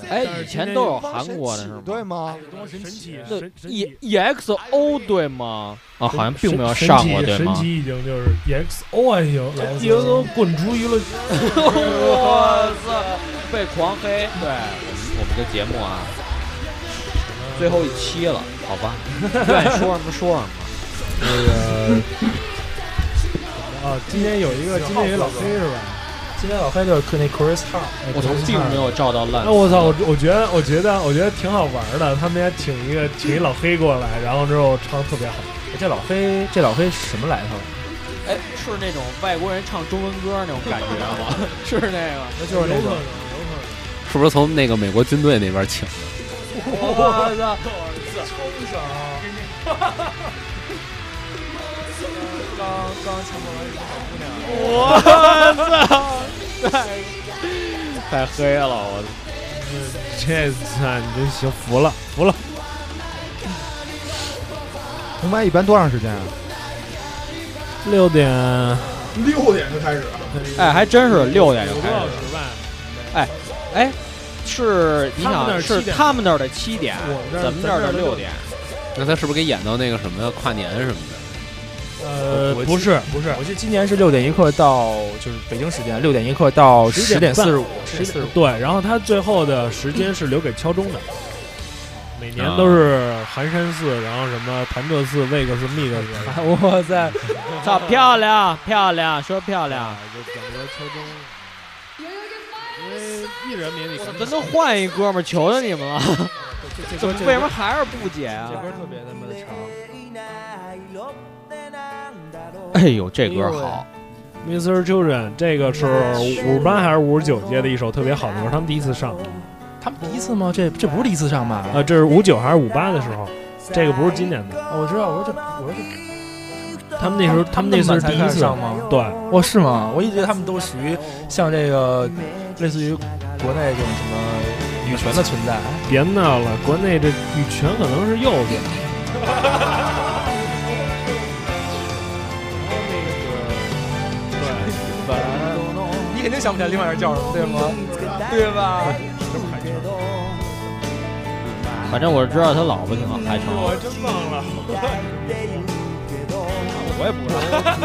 Speaker 2: 哎，以前都有韩国的是吗？
Speaker 3: 对吗？
Speaker 4: 神奇
Speaker 2: 那
Speaker 4: 神神
Speaker 2: E
Speaker 4: 奇
Speaker 2: E X O 对吗？啊，好像并没有
Speaker 4: 神
Speaker 2: 上
Speaker 4: 奇
Speaker 2: 过对
Speaker 4: 神
Speaker 2: 吗？ <laughs>
Speaker 4: 奇已经就是 EXO 还行，EXO 滚出娱乐圈，
Speaker 2: 我操，被狂黑。对，我们的节目啊，最后一期了，好吧？愿意说什么说什
Speaker 4: <laughs>
Speaker 2: 么。
Speaker 4: 啊，今天有一个今天有一老黑是
Speaker 2: 嗯
Speaker 4: 吧？
Speaker 1: 今天老黑就是那 Chris Hart，那
Speaker 2: 我操
Speaker 1: Chris，
Speaker 2: 并
Speaker 1: Hart
Speaker 2: 没有照到烂
Speaker 4: 哎，。我操！我我觉得，我觉得，我觉得挺好玩的。他们家请一个请一老黑过来，然后之后唱得特别好。
Speaker 1: 这老黑这老黑什么来头？
Speaker 2: 哎，是那种外国人唱中文歌那种感觉啊吗？ <laughs> 是那个。
Speaker 1: 那就是那
Speaker 4: 有可
Speaker 1: 种
Speaker 4: 能，有
Speaker 6: 是不是从那个美国军队那边
Speaker 2: <laughs>
Speaker 6: 请？
Speaker 2: 我操！
Speaker 1: 刚刚强迫完一个小姑娘。
Speaker 2: 我操！太太黑了，我
Speaker 4: 可能。这次啊你真行，服了，服了。
Speaker 3: 红白一般多长时间啊？
Speaker 4: 六点
Speaker 5: 六点就开始，
Speaker 2: 哎，还真是六点
Speaker 4: 有
Speaker 2: 就
Speaker 4: 个
Speaker 2: 开
Speaker 4: 小
Speaker 2: 始。
Speaker 4: 时吧。
Speaker 2: 哎，是你
Speaker 4: 他们那
Speaker 2: 想
Speaker 4: 儿
Speaker 2: 是
Speaker 4: 7点
Speaker 2: 他们那儿的七点
Speaker 4: 我们这，儿
Speaker 2: 咱们这儿的六点。
Speaker 6: 那他是不是给演到那个什么呀？跨年什么的？
Speaker 4: 呃，不是，不是，
Speaker 1: 我记得今年是六点一刻到，就是北京时间六点一刻到哦十点
Speaker 4: 10:45
Speaker 1: 四 <laughs> 十五，十
Speaker 4: 十
Speaker 1: 点四十五。
Speaker 4: 对，然后他最后的时间是留给敲钟的。每年都是寒山寺，然后什么潭柘寺、魏格寺、密格寺，
Speaker 1: 我在
Speaker 2: 操，漂亮漂亮，说漂亮。
Speaker 4: 啊就整个敲钟。因为艺人名里，
Speaker 2: 咱都换一哥们儿，求求你们
Speaker 4: <laughs>
Speaker 2: 了！
Speaker 1: 这
Speaker 2: 怎么为什么还是不解啊
Speaker 1: 这？歌特别他妈的长？
Speaker 2: 哎呦，这歌好，
Speaker 4: Mr. Children，这个是五十八还是五十九届的一首特别好的歌，他们第一次上。
Speaker 1: 他们第一次吗？这这不是第一次上吧？
Speaker 4: 呃，这是五九还是五八的时候，这个不是今年的。
Speaker 1: 哦我知道，我说这，我说这，
Speaker 4: 他们那时候，他们那次是第一次
Speaker 1: 上？吗？
Speaker 4: 对，
Speaker 1: 哦，是吗？我一直觉得他们都属于像这个类似于国内这种什么女权的存在。
Speaker 4: 别闹了，国内这羽泉可能是右边。
Speaker 1: 你肯定想不起来另外一人叫什么，对吗？对吧？
Speaker 2: 反正我知道他老婆挺好，还挺好。
Speaker 4: 真忘了，
Speaker 1: 我也不知道。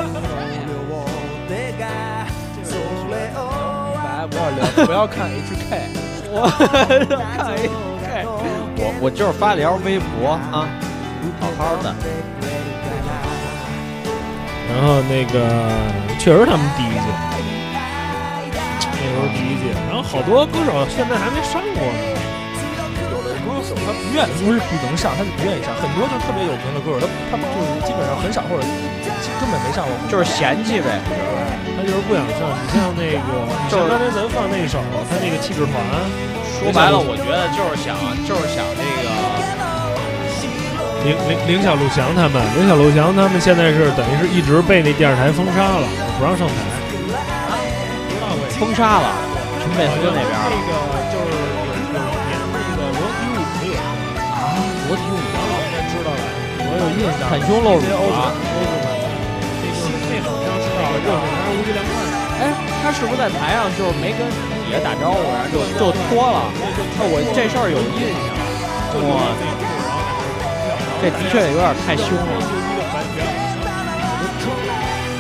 Speaker 1: 来，不要聊，不要看 HK。
Speaker 2: 我看一看，我我就是发了条微博啊，好好的。
Speaker 4: 然后那个确实他们第一届，那时候第一届，然后好多歌手现在还没上过呢。
Speaker 1: 有的歌手他不愿不是不能上，他是不愿意上。很多就特别有名的歌手，他他们就是基本上很少或者根本没上过。
Speaker 2: 就是嫌弃呗。
Speaker 4: 他就是不想上。你像那个，你像刚才咱放那首，他那个气质团，
Speaker 2: 说白了，我觉得就是想，就是想那个，
Speaker 4: 林林林小璐翔他们，林小璐翔他们现在是等于是一直被那电视台封杀了，不让上台。
Speaker 2: 封杀了，陈佩斯那边
Speaker 4: 那
Speaker 2: 儿。
Speaker 4: 个就是有有一年那个裸体舞没有啊，裸体舞我应该知道了，我有印象。
Speaker 2: 袒胸露乳啊！
Speaker 4: 那好像是那个热火男无敌凉快，
Speaker 2: 哎，他是不是在台上就是没跟底下打招呼，然后就就脱了？那我这事儿有印象。哇，这的确有点太凶了。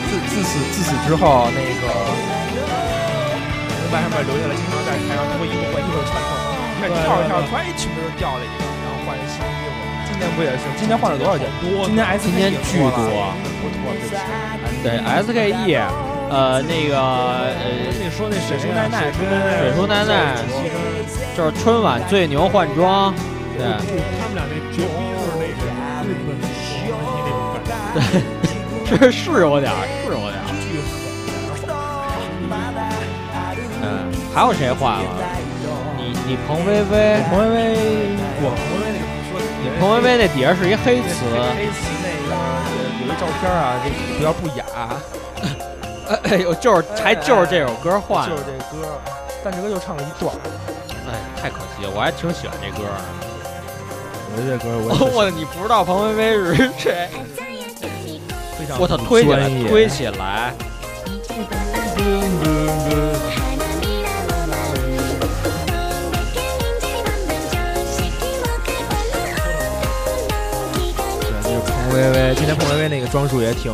Speaker 1: 自自此自此之后，那个红白上面留下来，经常在台上脱衣服换衣服的传统。你看跳着跳着，突然一群人掉了一个，然后换了新衣服。今年不也是？今年换了多少件？多。今年 S
Speaker 2: 今年巨多，
Speaker 1: 不多，对不起。
Speaker 2: 对 SKE，呃，那个呃，
Speaker 4: 你说那
Speaker 1: 水叔
Speaker 4: 谁呀
Speaker 1: 奈奈
Speaker 4: 水
Speaker 1: 跟
Speaker 4: 奈
Speaker 2: 水叔奈奈就是春晚最牛换装，对，
Speaker 4: 他们俩那绝逼就是那个日本的那种感觉。
Speaker 2: 这是有点儿，是有点儿。嗯，还有谁换了？你你彭飞飞，
Speaker 1: 彭薇薇，我彭薇薇那个说
Speaker 2: 你彭飞飞那底下是一黑词，
Speaker 1: 黑词那个有一照片啊，这不要不雅，啊
Speaker 2: <laughs> 哎哎呦，就是还就是这首歌换
Speaker 1: 就
Speaker 2: 的
Speaker 1: 是，这歌，但这歌就唱了一段。
Speaker 2: 哎，太可惜了，我还挺喜欢这歌的。
Speaker 1: 我觉得这歌
Speaker 2: 我哦我你不知道彭飞飞是谁？
Speaker 1: 非常
Speaker 2: 我操，推起来
Speaker 1: 专业，
Speaker 2: 推起来！
Speaker 7: 「花びらの舞」「
Speaker 10: 装束也挺，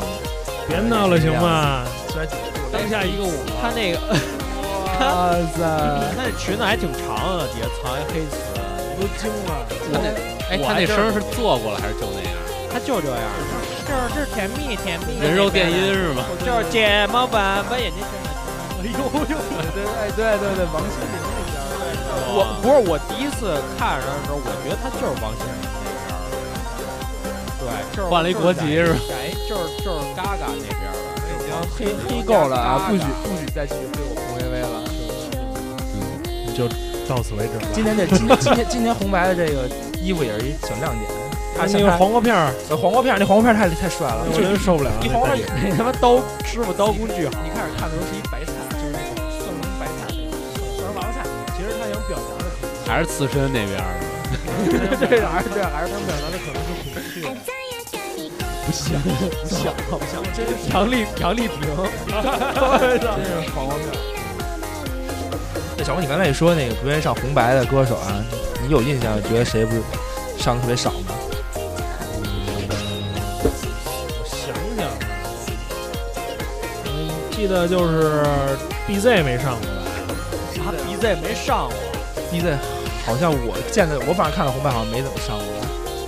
Speaker 4: 别闹了行吗？
Speaker 10: 虽然挺酷
Speaker 2: 当下一个我，他那个
Speaker 10: 哇塞，
Speaker 2: 那裙子还挺长的，底下藏一黑丝，
Speaker 4: 都惊了，
Speaker 11: 他那哎，
Speaker 2: 我
Speaker 11: 他
Speaker 2: 还
Speaker 11: 那
Speaker 2: 真
Speaker 11: 声儿是做过了还是就那样？
Speaker 2: 他就这样，就是这是甜蜜甜蜜
Speaker 11: 人肉电音，是吗？
Speaker 2: 就是睫毛把把眼睛哎呦呦，
Speaker 10: 对哎对对对，王心凌那边儿，
Speaker 2: 我不是我第一次看着他的时候，我觉得他就是王心凌那边儿的，对，就是
Speaker 11: 换了一国籍是吧？
Speaker 2: 改就是就是嘎嘎那边儿的，
Speaker 10: 已经黑黑够了啊，不许不许再继续黑我胡薇薇了。
Speaker 4: 到此为止
Speaker 1: 今
Speaker 4: 了。
Speaker 1: 天这今天今天今天红白的这个衣服也是一小亮点，他
Speaker 4: 那个黄瓜片儿，
Speaker 1: 呃黄瓜片儿那黄瓜片儿太太帅了，
Speaker 4: 我
Speaker 1: 就
Speaker 4: 真受不了。
Speaker 1: 一黄瓜
Speaker 4: 那
Speaker 1: 片儿，
Speaker 2: 那他妈刀师傅刀工具好，
Speaker 1: 你开始看的时候是一白菜，就是那种蒜蓉白菜，蒜蓉白菜，其实它有表达的，
Speaker 11: 还是刺身那边儿的？
Speaker 1: 这还是这还是它表达的可能是恐惧。
Speaker 2: 不行，想不想真是杨丽杨丽萍，
Speaker 1: 真是黄瓜面。那小王，你刚才也说那个不愿意上红白的歌手啊，你有印象？觉得谁不是上的特别少吗？
Speaker 4: 我想想啊，嗯，记得就是 BZ 没上过吧？
Speaker 2: 他 BZ 没上过，
Speaker 1: BZ 好像我见的，我反正看了红白好像没怎么上过。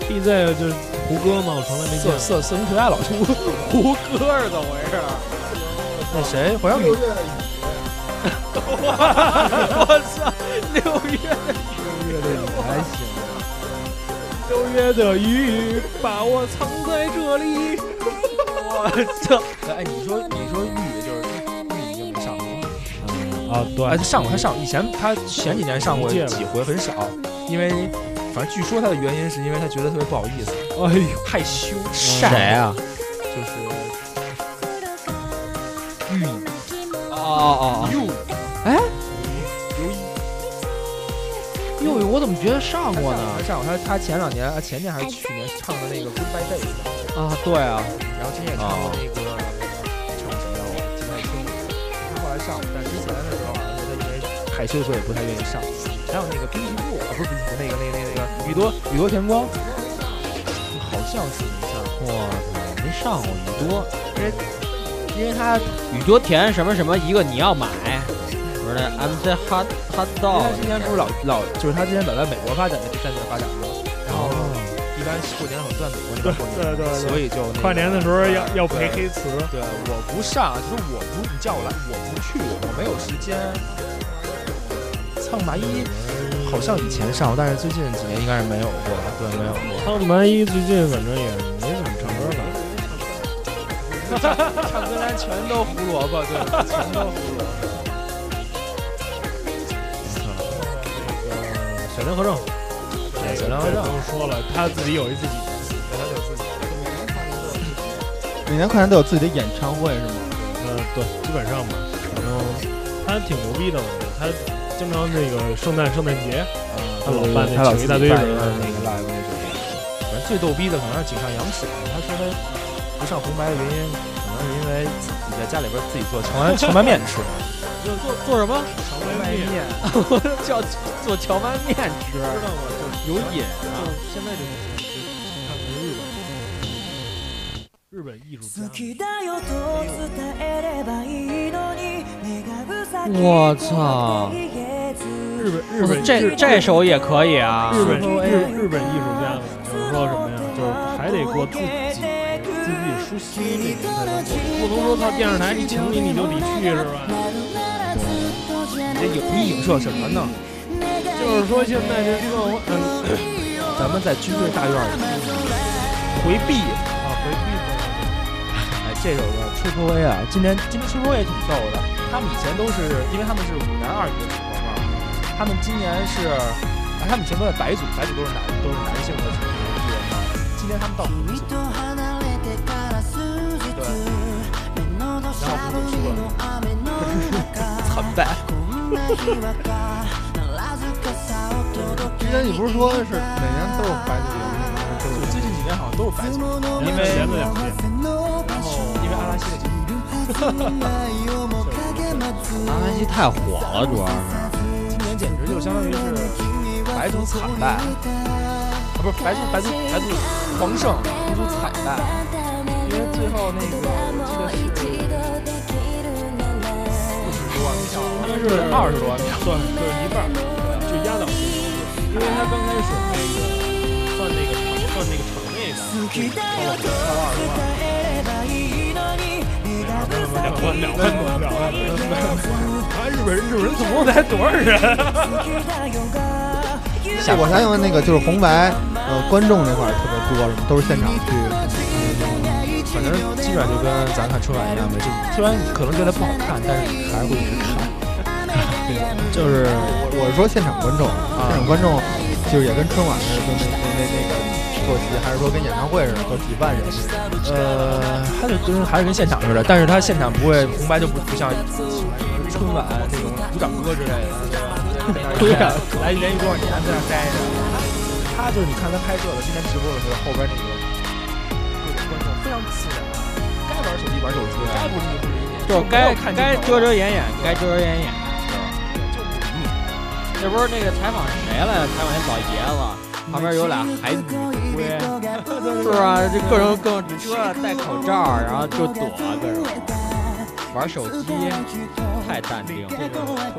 Speaker 4: BZ 就是胡歌嘛，我从来没见
Speaker 1: 色
Speaker 4: 过。
Speaker 1: 色色情特爱老师，
Speaker 2: 胡歌是怎么回事？
Speaker 1: <laughs> 那谁好像你
Speaker 2: 我操，六月
Speaker 1: 还行。
Speaker 4: 六月的雨把我藏在这里。
Speaker 1: 哎，你说你说玉就是玉已经没上过，
Speaker 4: 啊，对
Speaker 1: 哎，他上过，他上以前他前几年上过
Speaker 4: 一届吧
Speaker 1: 几回，很少，因为反正据说他的原因是因为他觉得特别不好意思，
Speaker 4: 哎呦，
Speaker 1: 害羞，
Speaker 2: 谁啊？
Speaker 1: 就是
Speaker 2: 哦哦哦，
Speaker 1: 哟，我怎么觉得上过呢？他上过，他他前两年啊，前年还是去年唱的那个《Goodbye Day》，
Speaker 2: 啊对啊，
Speaker 1: 然后之前也唱过那
Speaker 4: 哦
Speaker 1: 个唱什么来着，我记不太清。了。他后来上，但之前的时候好像是他因为害羞，所以不太愿意上。还有那个滨崎步啊，不是滨崎步，那个那个那个那个
Speaker 4: 嗯
Speaker 1: 宇多宇多田光，好像是没上。
Speaker 2: 我操，没上过宇多，
Speaker 1: 因为他
Speaker 2: 宇多田什么什么一个你要买，不是那 MC hot hot
Speaker 1: 因为
Speaker 2: dog
Speaker 1: 他之前
Speaker 4: 哦
Speaker 1: 不是老老，就是他之前老在美国发展，在那边发展过，然后一般过年很在美国那边过年，
Speaker 4: 对对对
Speaker 1: 所以就那个
Speaker 4: 跨年的时候要要陪黑瓷，
Speaker 1: 对，我不上，就是我不，你叫我来，我不去，我没有时间。蹭麻衣好像以前上过，但是最近几年应该是没有过，对，没有过。
Speaker 4: 苍白一最近反正也没怎么唱歌吧。
Speaker 1: 唱歌单全都胡萝卜，对，全都胡萝卜。
Speaker 4: 小林合正，
Speaker 1: 对
Speaker 4: 这
Speaker 1: 小
Speaker 4: 个
Speaker 1: 林和正
Speaker 4: 不用说了，他自己有一自己
Speaker 5: 每年跨年都有自己的演唱会是吗？
Speaker 4: 呃，对，基本上吧，反正他挺牛逼的，我觉得他经常那个圣诞圣诞节，他老办
Speaker 1: 他
Speaker 4: 那
Speaker 1: 老
Speaker 4: 请一大堆人，
Speaker 1: 自己办那个 live 那种。反正最逗逼的可能是井上洋水，他说他不上红白的原因，可能是因为自己在家里边自己做荞麦荞麦面吃。
Speaker 2: 就做做什么？ <laughs>
Speaker 4: 荞麦面，
Speaker 2: 叫做荞麦面吃，
Speaker 4: 知道吗？就是
Speaker 2: 有瘾啊！
Speaker 4: 现在就是看看日本，日本艺术家，
Speaker 2: 我操，
Speaker 4: 日本日本
Speaker 2: 这这首也可以啊！
Speaker 4: 日本日日本艺术家，就是说什么呀？就是还得过自己自己舒心那种才能过，不能说他电视台请你你就得去是吧？
Speaker 1: 你这影你影射什么呢？
Speaker 4: 就是说现在这社会，嗯，
Speaker 1: 咱们在军队大院里回避啊，回避。哎，这首歌 Triple A 啊，今年今年 Triple A 也挺逗的。他们以前都是因为他们是五男二女的组合嘛，他们今年是，啊，他们以前都在白组，白组都是男都是男性的组合艺人嘛。今年他啊们到红组，然后红组输了。
Speaker 12: 惨败。
Speaker 5: 之前你不是说是每年都有白酒节
Speaker 1: 就
Speaker 5: 吗？
Speaker 1: 最近几年好像都是白组，
Speaker 4: 因为前两届。
Speaker 1: 然后因为阿拉西的情况
Speaker 2: 阿凡西太火了，主要是
Speaker 1: 今年简直就相当于是白组惨败，啊，不是白组白组白组狂胜，红组惨败。
Speaker 4: 因为
Speaker 1: 为最后那个我记得是四十多票，他们是二十多票，
Speaker 4: 算就是一半儿，就压倒性输，因为他刚开始那个算那个场算那个场内的，两万两万多两万多，啊日本人日本人总共才多少人？
Speaker 3: 我才有那个就是红白，呃，观众这块儿特别多，什么都是现场去。
Speaker 1: 反正基本上就跟咱看春晚一样呗，就虽然你可能觉得不好看，但是你还会一直看。
Speaker 3: 就是我我是说现场观众，现场观众就是也跟春晚似的，就那那那个坐席，还是说跟演唱会似的，都几万人。
Speaker 1: 呃，它就跟还是跟现场似的，但是它现场不会红白就不不像春晚那种 <laughs> 鼓掌歌之类的，鼓掌来人一多少年在那儿待着。他就是你看他拍摄的，今天直播的时候，后边那个各种观众非常自然，该玩手机玩手机，啊该不理你不理你，
Speaker 2: 就是该
Speaker 1: 看
Speaker 2: 该遮
Speaker 1: 着
Speaker 2: 遮掩掩，该遮遮掩掩。
Speaker 1: 就不理你。
Speaker 2: 这不是那个采访谁来着？采访一老爷子，旁边有俩孩子龟，是不是啊？这各种各种遮，戴口罩，然后就躲各种玩手机，太淡定了。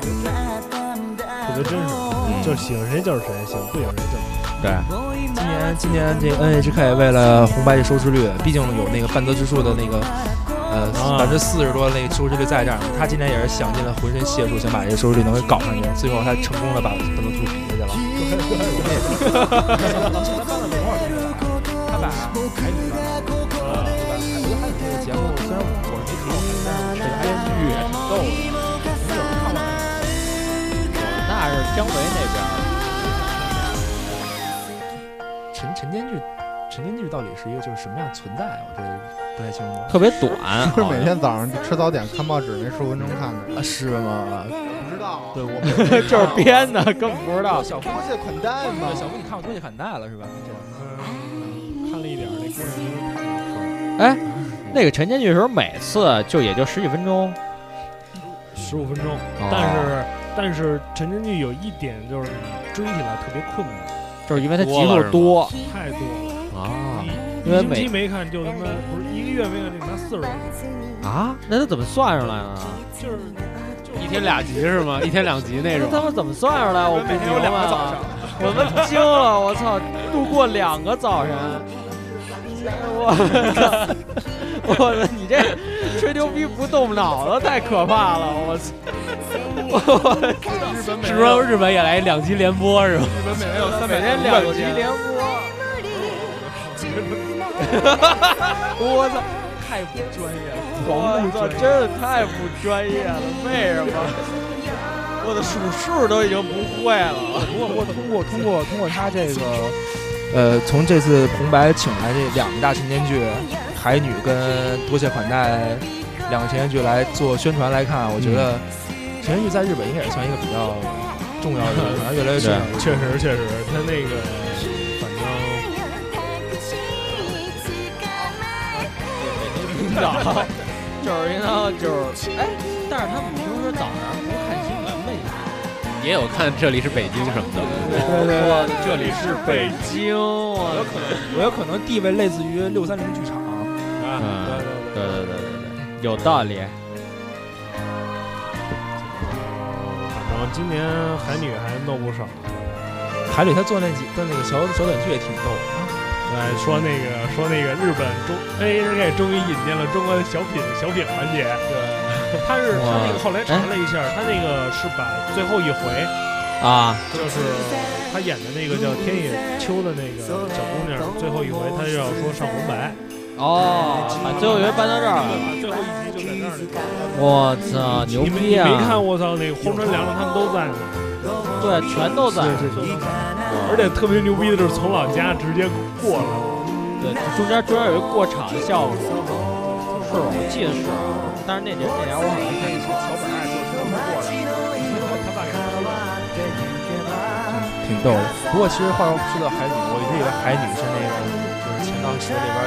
Speaker 4: 我觉得真是，就喜欢谁就是谁，喜欢不喜欢谁就是谁。
Speaker 1: 今年今年这 NHK 为了红白这收视率，毕竟有那个半泽直树的那个呃
Speaker 4: 啊
Speaker 1: 百分之四十多的那个收视率在这儿，他今年也是想尽了浑身解数想把这个收视率能给搞上去，最后他成功的把半泽直树比下去了。他把海女搬了，对吧？海女海女这个节目虽然我没看过，但是我觉得还是挺逗的。你有看过吗？
Speaker 2: 那是姜维那边儿，
Speaker 1: 陈陈间剧，陈间剧到底是一个就是什么样的存在啊？我这不太清楚。
Speaker 2: 特别短，
Speaker 3: <laughs> 就是每天早上吃早点看报纸那十五分钟看的。
Speaker 1: 啊，是吗？
Speaker 3: 不知道啊，对我
Speaker 2: 就是编的，根本不
Speaker 1: <laughs>
Speaker 2: 知道。
Speaker 1: 啊小夫
Speaker 3: 多谢款待嘛
Speaker 1: 对，小夫，你看过《多谢款待》了是吧？
Speaker 4: 嗯，看了一点儿那姑娘，
Speaker 2: 那个晨间剧的时候，每次就也就十几分钟，
Speaker 4: 十五分钟，
Speaker 2: 哦
Speaker 4: 但是但是陈真剧有一点就是你追起来特别困难，
Speaker 2: 就是因为它集数多
Speaker 4: 太多了，
Speaker 2: 啊
Speaker 4: 你
Speaker 2: 因为
Speaker 4: 一星期
Speaker 2: 每
Speaker 4: 没看就他妈不是一个月没看就他妈四十多集，
Speaker 2: 啊，那他怎么算出来啊的呢？
Speaker 4: 就是就
Speaker 6: 一天俩集是吗？一天两集那
Speaker 2: 那他
Speaker 6: 种，
Speaker 2: 们怎么算出来？我不明白了。我们惊了，我操，度过两个早 <laughs> 晨。我 <laughs> 我操，你这吹牛逼不动脑子太可怕 <laughs> 了！我操，我
Speaker 6: 是说日本也来两集联播是吗？
Speaker 2: 每天两集连播，我操，
Speaker 1: 太不专业了。
Speaker 2: 我操，真的太不专业了，为什么？我的数数都已经不会 <laughs> 了。
Speaker 1: 不过不过通过通过通过他这个，呃，从这次红白请来这两大晨间剧《海女》跟《多谢款待》两个晨间剧来做宣传来看，我觉得晨间剧在日本应该也算一个比较重要的，反正越来越重要。
Speaker 4: 确实确实，他那个反正
Speaker 2: 领导， <laughs> 就是应当就是，哎，但是他们平时早上不是看新闻吗？
Speaker 6: 也有看这里是北京什么的。
Speaker 1: 对对对。
Speaker 2: 这里是北京，
Speaker 1: 我有
Speaker 2: 我
Speaker 1: 可能，我有可能地位类似于六三零剧场，
Speaker 4: 啊，
Speaker 6: 嗯
Speaker 4: 对对对
Speaker 2: 对对对对对，有道理。
Speaker 4: 反正今年海女还弄不少。
Speaker 1: 海里他做那几做那个小小短剧也挺逗的。
Speaker 4: 哎，说那个说那个日本中 NHK 终于引进了中国的小品小品环节。对， <laughs> 哎他是他那个后来查了一下，他那个是把最后一回，
Speaker 2: 啊，
Speaker 4: 就是他演的那个叫天野秋的那个小姑娘，最后一回他就要说上红白，
Speaker 2: 哦，把最后一回搬到这儿
Speaker 4: 对
Speaker 2: 了，
Speaker 4: 把最后一集就在那儿了。
Speaker 2: 我操，牛
Speaker 4: 你没
Speaker 2: 逼
Speaker 4: 你没
Speaker 2: 啊！
Speaker 4: 看我操那个荒川良郎他们都在呢，
Speaker 2: 对，全都在，
Speaker 4: 而且特别牛逼的就是从老家直接过来了。
Speaker 2: 对，中间中间有一个过场的效果，是我记得是，但是那年那年我好像看
Speaker 1: 挺逗的。不过其实话又说到海女，我一直以为海女是那个就是《钱塘池》里边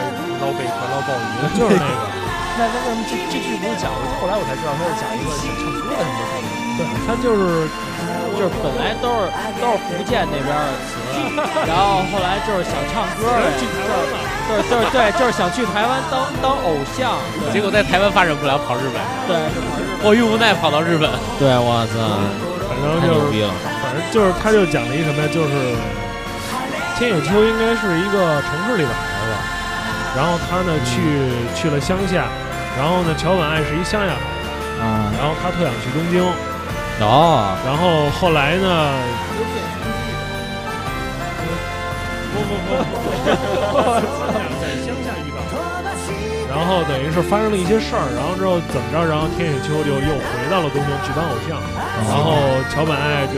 Speaker 1: 捞被船捞鲍鱼的，
Speaker 4: <laughs>
Speaker 1: 就是那个。那那为什么这这剧不是讲？后来我才知道他是讲一个唱唱歌的什么故事。
Speaker 4: 对，他就是
Speaker 2: 就是本来都是都是福建那边的词，然后后来就是想唱歌儿，
Speaker 4: 进台湾嘛，
Speaker 5: 就是就是对，就是想去台湾当当偶像，对
Speaker 6: 结果在台湾发展不了，跑日本，
Speaker 5: 对，就跑日
Speaker 6: 我运无奈跑到日本，
Speaker 2: 对，我操，
Speaker 4: 反正
Speaker 2: 太牛
Speaker 4: 就是
Speaker 2: 逼了！
Speaker 4: 反正就是他就讲了一什么呀，就是千野秋应该是一个城市里的孩子，然后他呢去、去了乡下，然后呢桥本爱是一乡下孩子，
Speaker 3: 啊，
Speaker 1: 嗯
Speaker 4: 然后他特想去东京，
Speaker 2: 哦，
Speaker 4: 然后后来呢，不不不不不，在乡下遇到的。然后等于是发生了一些事儿，然后之后怎么着，然后天野秋就又回到了东京去当偶像，然后桥本爱就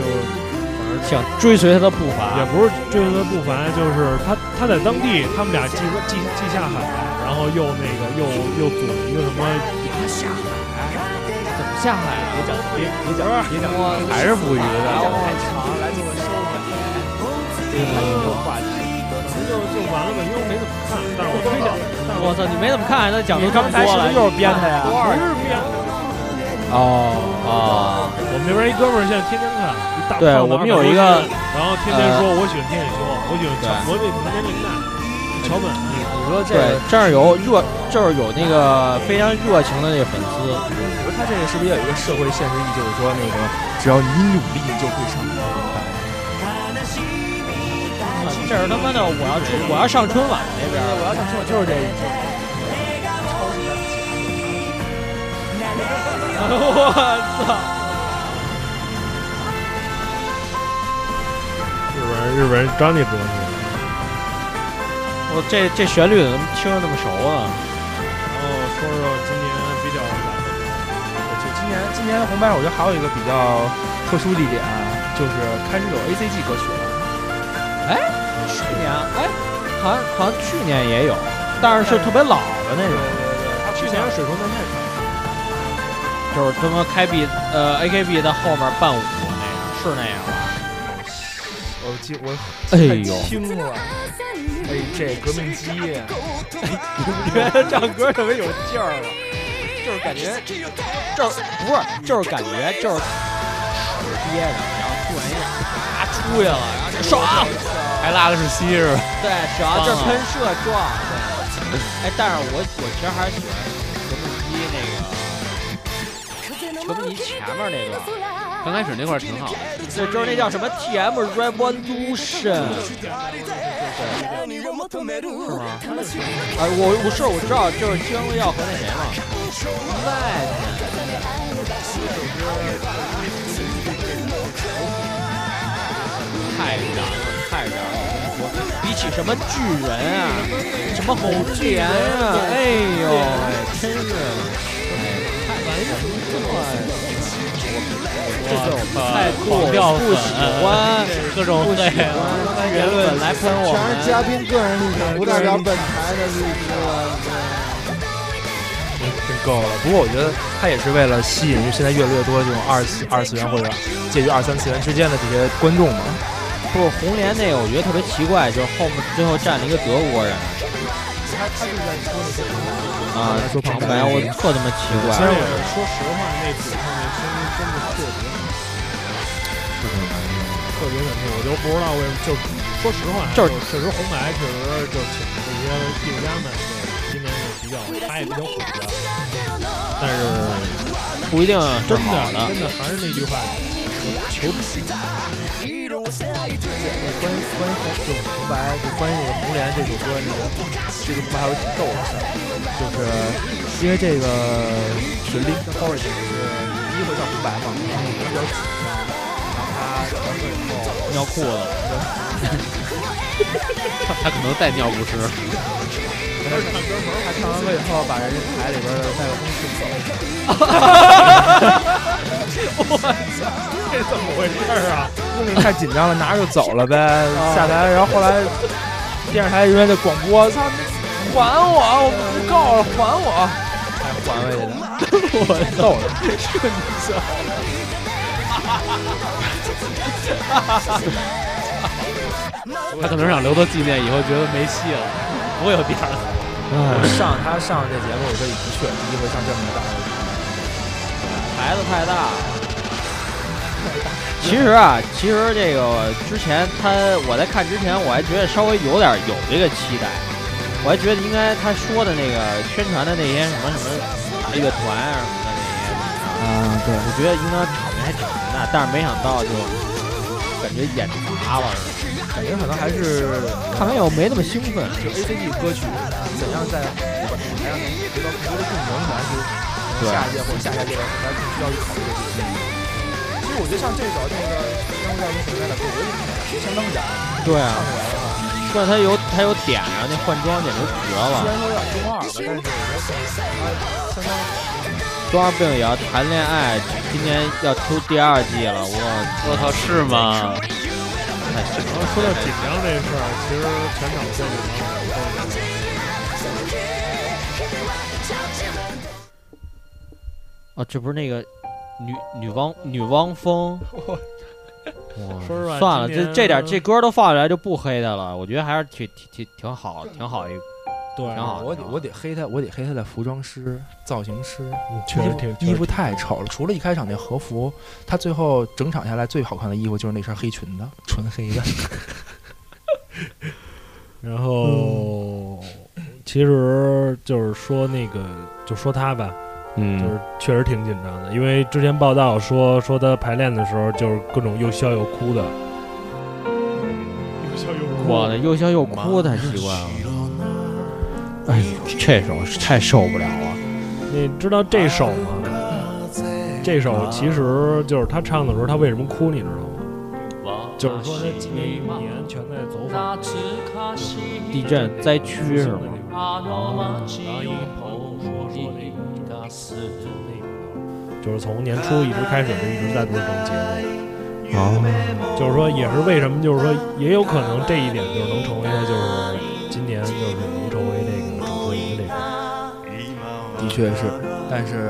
Speaker 2: 想追随他的步伐
Speaker 4: 也，不是追随不凡，就是他他在当地，他们俩既既既下海，然后又那个又又组了一个什么
Speaker 5: 本怎么下海啊？讲别别讲别讲，
Speaker 6: 还是捕
Speaker 1: 哦
Speaker 6: 鱼的。
Speaker 5: 太长，来自我收尾，这个太有话题。
Speaker 4: 就就完了吧，因为我没怎么看，但是我推想，但是
Speaker 2: 我操，你没怎么看，还能讲出
Speaker 5: 你
Speaker 2: 这么
Speaker 5: 刚才
Speaker 2: 多
Speaker 5: 是不
Speaker 2: 来
Speaker 5: 是？又是编的呀？
Speaker 4: 不是编的，
Speaker 2: 哦
Speaker 4: 我们那边一哥们儿现在天天看，一
Speaker 2: 哦，
Speaker 4: 大
Speaker 2: 对
Speaker 4: 胖
Speaker 2: 我
Speaker 4: 子
Speaker 2: 们有一个，
Speaker 4: 然后天天说我喜欢天野秋，我喜欢乔，我那同年龄代，桥本爱，
Speaker 5: 你说这
Speaker 2: 对
Speaker 5: 个，，
Speaker 2: 这儿有热，这儿有那个非常热情的那个粉丝，
Speaker 1: 你说他这个是不是也有一个社会现实意义，就是说那个只要你努力，你就会上台。
Speaker 5: 这是他妈的，我要出，我要上春晚那边，我要上春晚就是这一集。
Speaker 2: <laughs>
Speaker 5: 我操！
Speaker 4: 日本人日本人张你多是吧
Speaker 2: 我哦这这旋律怎么听着那么熟啊呢？
Speaker 4: 然后说说今年比较感动
Speaker 1: 就今年今年红白，我觉得还有一个比较特殊的一点，啊就是开始有 A C G 歌曲了。
Speaker 2: 去年，哎，好像好像去年也有，但是是特别老的那种，
Speaker 1: 之前是水中男太
Speaker 2: 就是他妈开 B 呃 AKB 在后面伴舞那个，是那样吧？
Speaker 1: 我记我
Speaker 2: 哎
Speaker 1: 听了，哎，这革命机，
Speaker 2: 觉得 <laughs> 唱歌特别有劲儿了，就是感觉，就是不是，就是感觉就是憋着，然后突然一下啊出去了，然后这爽，
Speaker 6: 还拉的是稀是吧？
Speaker 2: 对，只要这喷射撞，对哎，但是我我其实还是喜欢革命机那个革命机前面那段。
Speaker 6: 刚开始那块儿挺好的，
Speaker 2: 对，就是那叫什么 TM Revolution，是吗？哎，我我是我知道，就是金荣耀和那谁嘛，麦太燃了，太燃了！我比起什么巨人啊，什么吼巨人啊，哎呦，哎真是，哎，太完了！这种态度我不喜欢，
Speaker 6: 各种
Speaker 2: 不喜
Speaker 6: 对，
Speaker 2: 欢人本来喷我
Speaker 3: 全是嘉
Speaker 2: 们，
Speaker 3: 宾个人立场，不代表本台的立场。
Speaker 1: 真嗯够了。不过我觉得他也是为了吸引现在越来越多这种二次二次元或者介于二三次元之间的这些观众嘛。
Speaker 2: 不是红莲那个，我觉得特别奇怪，就是后面最后站了一个德国人。啊，说旁白，我特他妈奇怪。
Speaker 4: 虽然我说实话，那主唱那声音真的特别难听，特别难听，我就不知道为什么。就说实话，
Speaker 2: 就是
Speaker 4: 确实红白确实就请这些艺术家们，就今年也比较，他也比较火的，但是
Speaker 2: 不一定
Speaker 4: 真
Speaker 2: 是
Speaker 4: 的
Speaker 2: 好的。
Speaker 4: 真的还是那句话，求主。
Speaker 1: 关于关于红这种红白，就关于这个红莲这首歌，那个这个红白还有挺逗的事儿，就是因为这个是 Linkin Park 是第一回叫红白嘛，比较紧张，然后啊他完了以后，
Speaker 2: 尿裤子，
Speaker 6: 他可能再尿不湿。
Speaker 1: 他唱完歌以后把人家台里边的麦克风顺走，
Speaker 4: <laughs>
Speaker 1: <laughs>
Speaker 4: 这怎么回事儿啊？
Speaker 1: 因为太紧张了，拿着就走 <laughs> 了呗，下台，然后后来电视台人员就广播，操，还我，我不告了，还我，还哎还回去 <laughs> 的，我逗了。
Speaker 6: 他可能是想留作纪念，以后觉得没戏了，不会有第二次。
Speaker 1: 我哎上他上这节目，我觉得的确第一回上这么大的
Speaker 2: 孩子太大了。其实啊，其实这个之前他我在看之前，我还觉得稍微有点有这个期待，我还觉得应该他说的那个宣传的那些什么什么大乐团啊什么的那些，
Speaker 3: 啊，对，
Speaker 2: 我觉得应该场面还挺大，但是没想到就感觉演砸了似的。
Speaker 1: 感觉可能还是
Speaker 2: 看完以后没那么兴奋，
Speaker 1: 就 A C G 歌曲怎样在舞台上得到更多的共鸣，可能是
Speaker 2: 对
Speaker 1: 下一届或者下下届大家需要去考虑的这些。其实我觉得像这首那个《江湖代什么来的，我觉得相当燃，
Speaker 2: 对啊
Speaker 1: 唱出来的话，
Speaker 2: 但他有他有点啊，那换装简直绝
Speaker 1: 虽
Speaker 2: 了。
Speaker 1: 然说有点中二吧，但是我觉得它相当
Speaker 2: 抓病也要谈恋爱，今年要出第二季了，我哎
Speaker 6: 我操，是吗？
Speaker 2: 太神
Speaker 4: 然
Speaker 2: 了
Speaker 4: 后说到紧张这事儿，其实全场最紧张的是
Speaker 2: 啊！这不是那个女女汪女汪峰。哇
Speaker 4: <laughs> 说实话
Speaker 2: 算了，
Speaker 4: 今
Speaker 2: 这
Speaker 4: 年
Speaker 2: 这点这歌都放出来就不黑他了，我觉得还是挺挺挺挺好，挺好一个。
Speaker 4: 对，
Speaker 2: 挺好
Speaker 1: 好。我得我得黑他，我得黑他的服装师、造型师，
Speaker 4: 确实挺
Speaker 1: 衣服太丑了。除了一开场那和服，他最后整场下来最好看的衣服就是那身黑裙子，纯黑的。
Speaker 4: 然后、其实就是说那个，就说他吧，就
Speaker 2: 嗯
Speaker 4: 是确实挺紧张的，因为之前报道说说他排练的时候就是各种又笑又哭的，又笑又哭。
Speaker 2: 我的又笑又哭的太奇怪了。哎呦，这首是太受不了了。
Speaker 4: 你知道这首吗？这首其实就是他唱的时候，他为什么哭，你知道吗？就是说他今年一年全在走访
Speaker 2: 地震灾区是吗？
Speaker 4: 啊，然后一个朋友跟我说那个就是那个，就是从年初一直开始就一直在做这种节目，
Speaker 2: 哦，
Speaker 4: 就是说也是为什么，就是说也有可能这一点就是能成为他就是今年就是能成为这个主播营的这个。
Speaker 1: 的确是，但是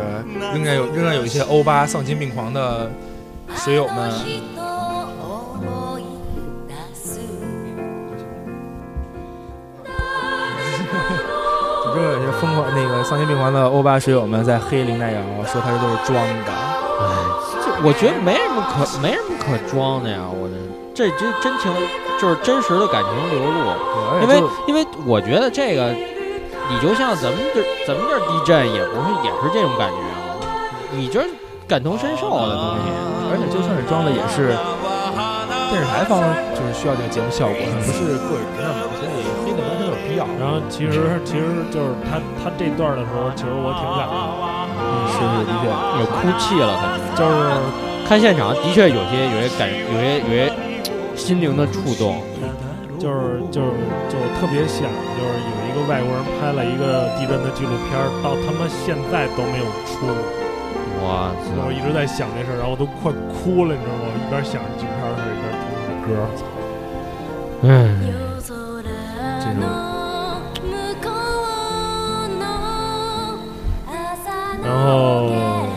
Speaker 1: 仍然有仍然有一些欧巴丧心病狂的水友们，总之有一些疯狂那个丧心病狂的欧巴水友们在黑林黛瑶，说他这都是装的。
Speaker 2: 这我觉得没什么可没什么可装的呀，我的这这真情就是真实的感情流露。
Speaker 1: 对而且
Speaker 2: 因为
Speaker 1: 就是
Speaker 2: 因为我觉得这个，你就像咱们这咱们这儿地震也不是也是这种感觉啊，你这感同身受的东西，
Speaker 1: 而且就算是装的，也是电视台方就是需要这个节目效果，不是个人的嘛，所以黑的完全有必要。
Speaker 4: 然后其实其实就是他他这段的时候，其实我挺感动的，
Speaker 1: 嗯是是的确，
Speaker 2: 有哭泣了，感觉
Speaker 4: 就是
Speaker 2: 看现场的确有些有些感有些有些心灵的触动。
Speaker 4: 就是就是就是特别想，就是有一个外国人拍了一个地震的纪录片儿，到他妈现在都没有出，
Speaker 2: 哇
Speaker 4: 就是
Speaker 2: 塞！
Speaker 4: 我一直在想这事儿，然后我都快哭了，你知道吗？我一边想着纪录片儿的事儿，一边听着歌儿。
Speaker 2: 嗯，
Speaker 4: 然后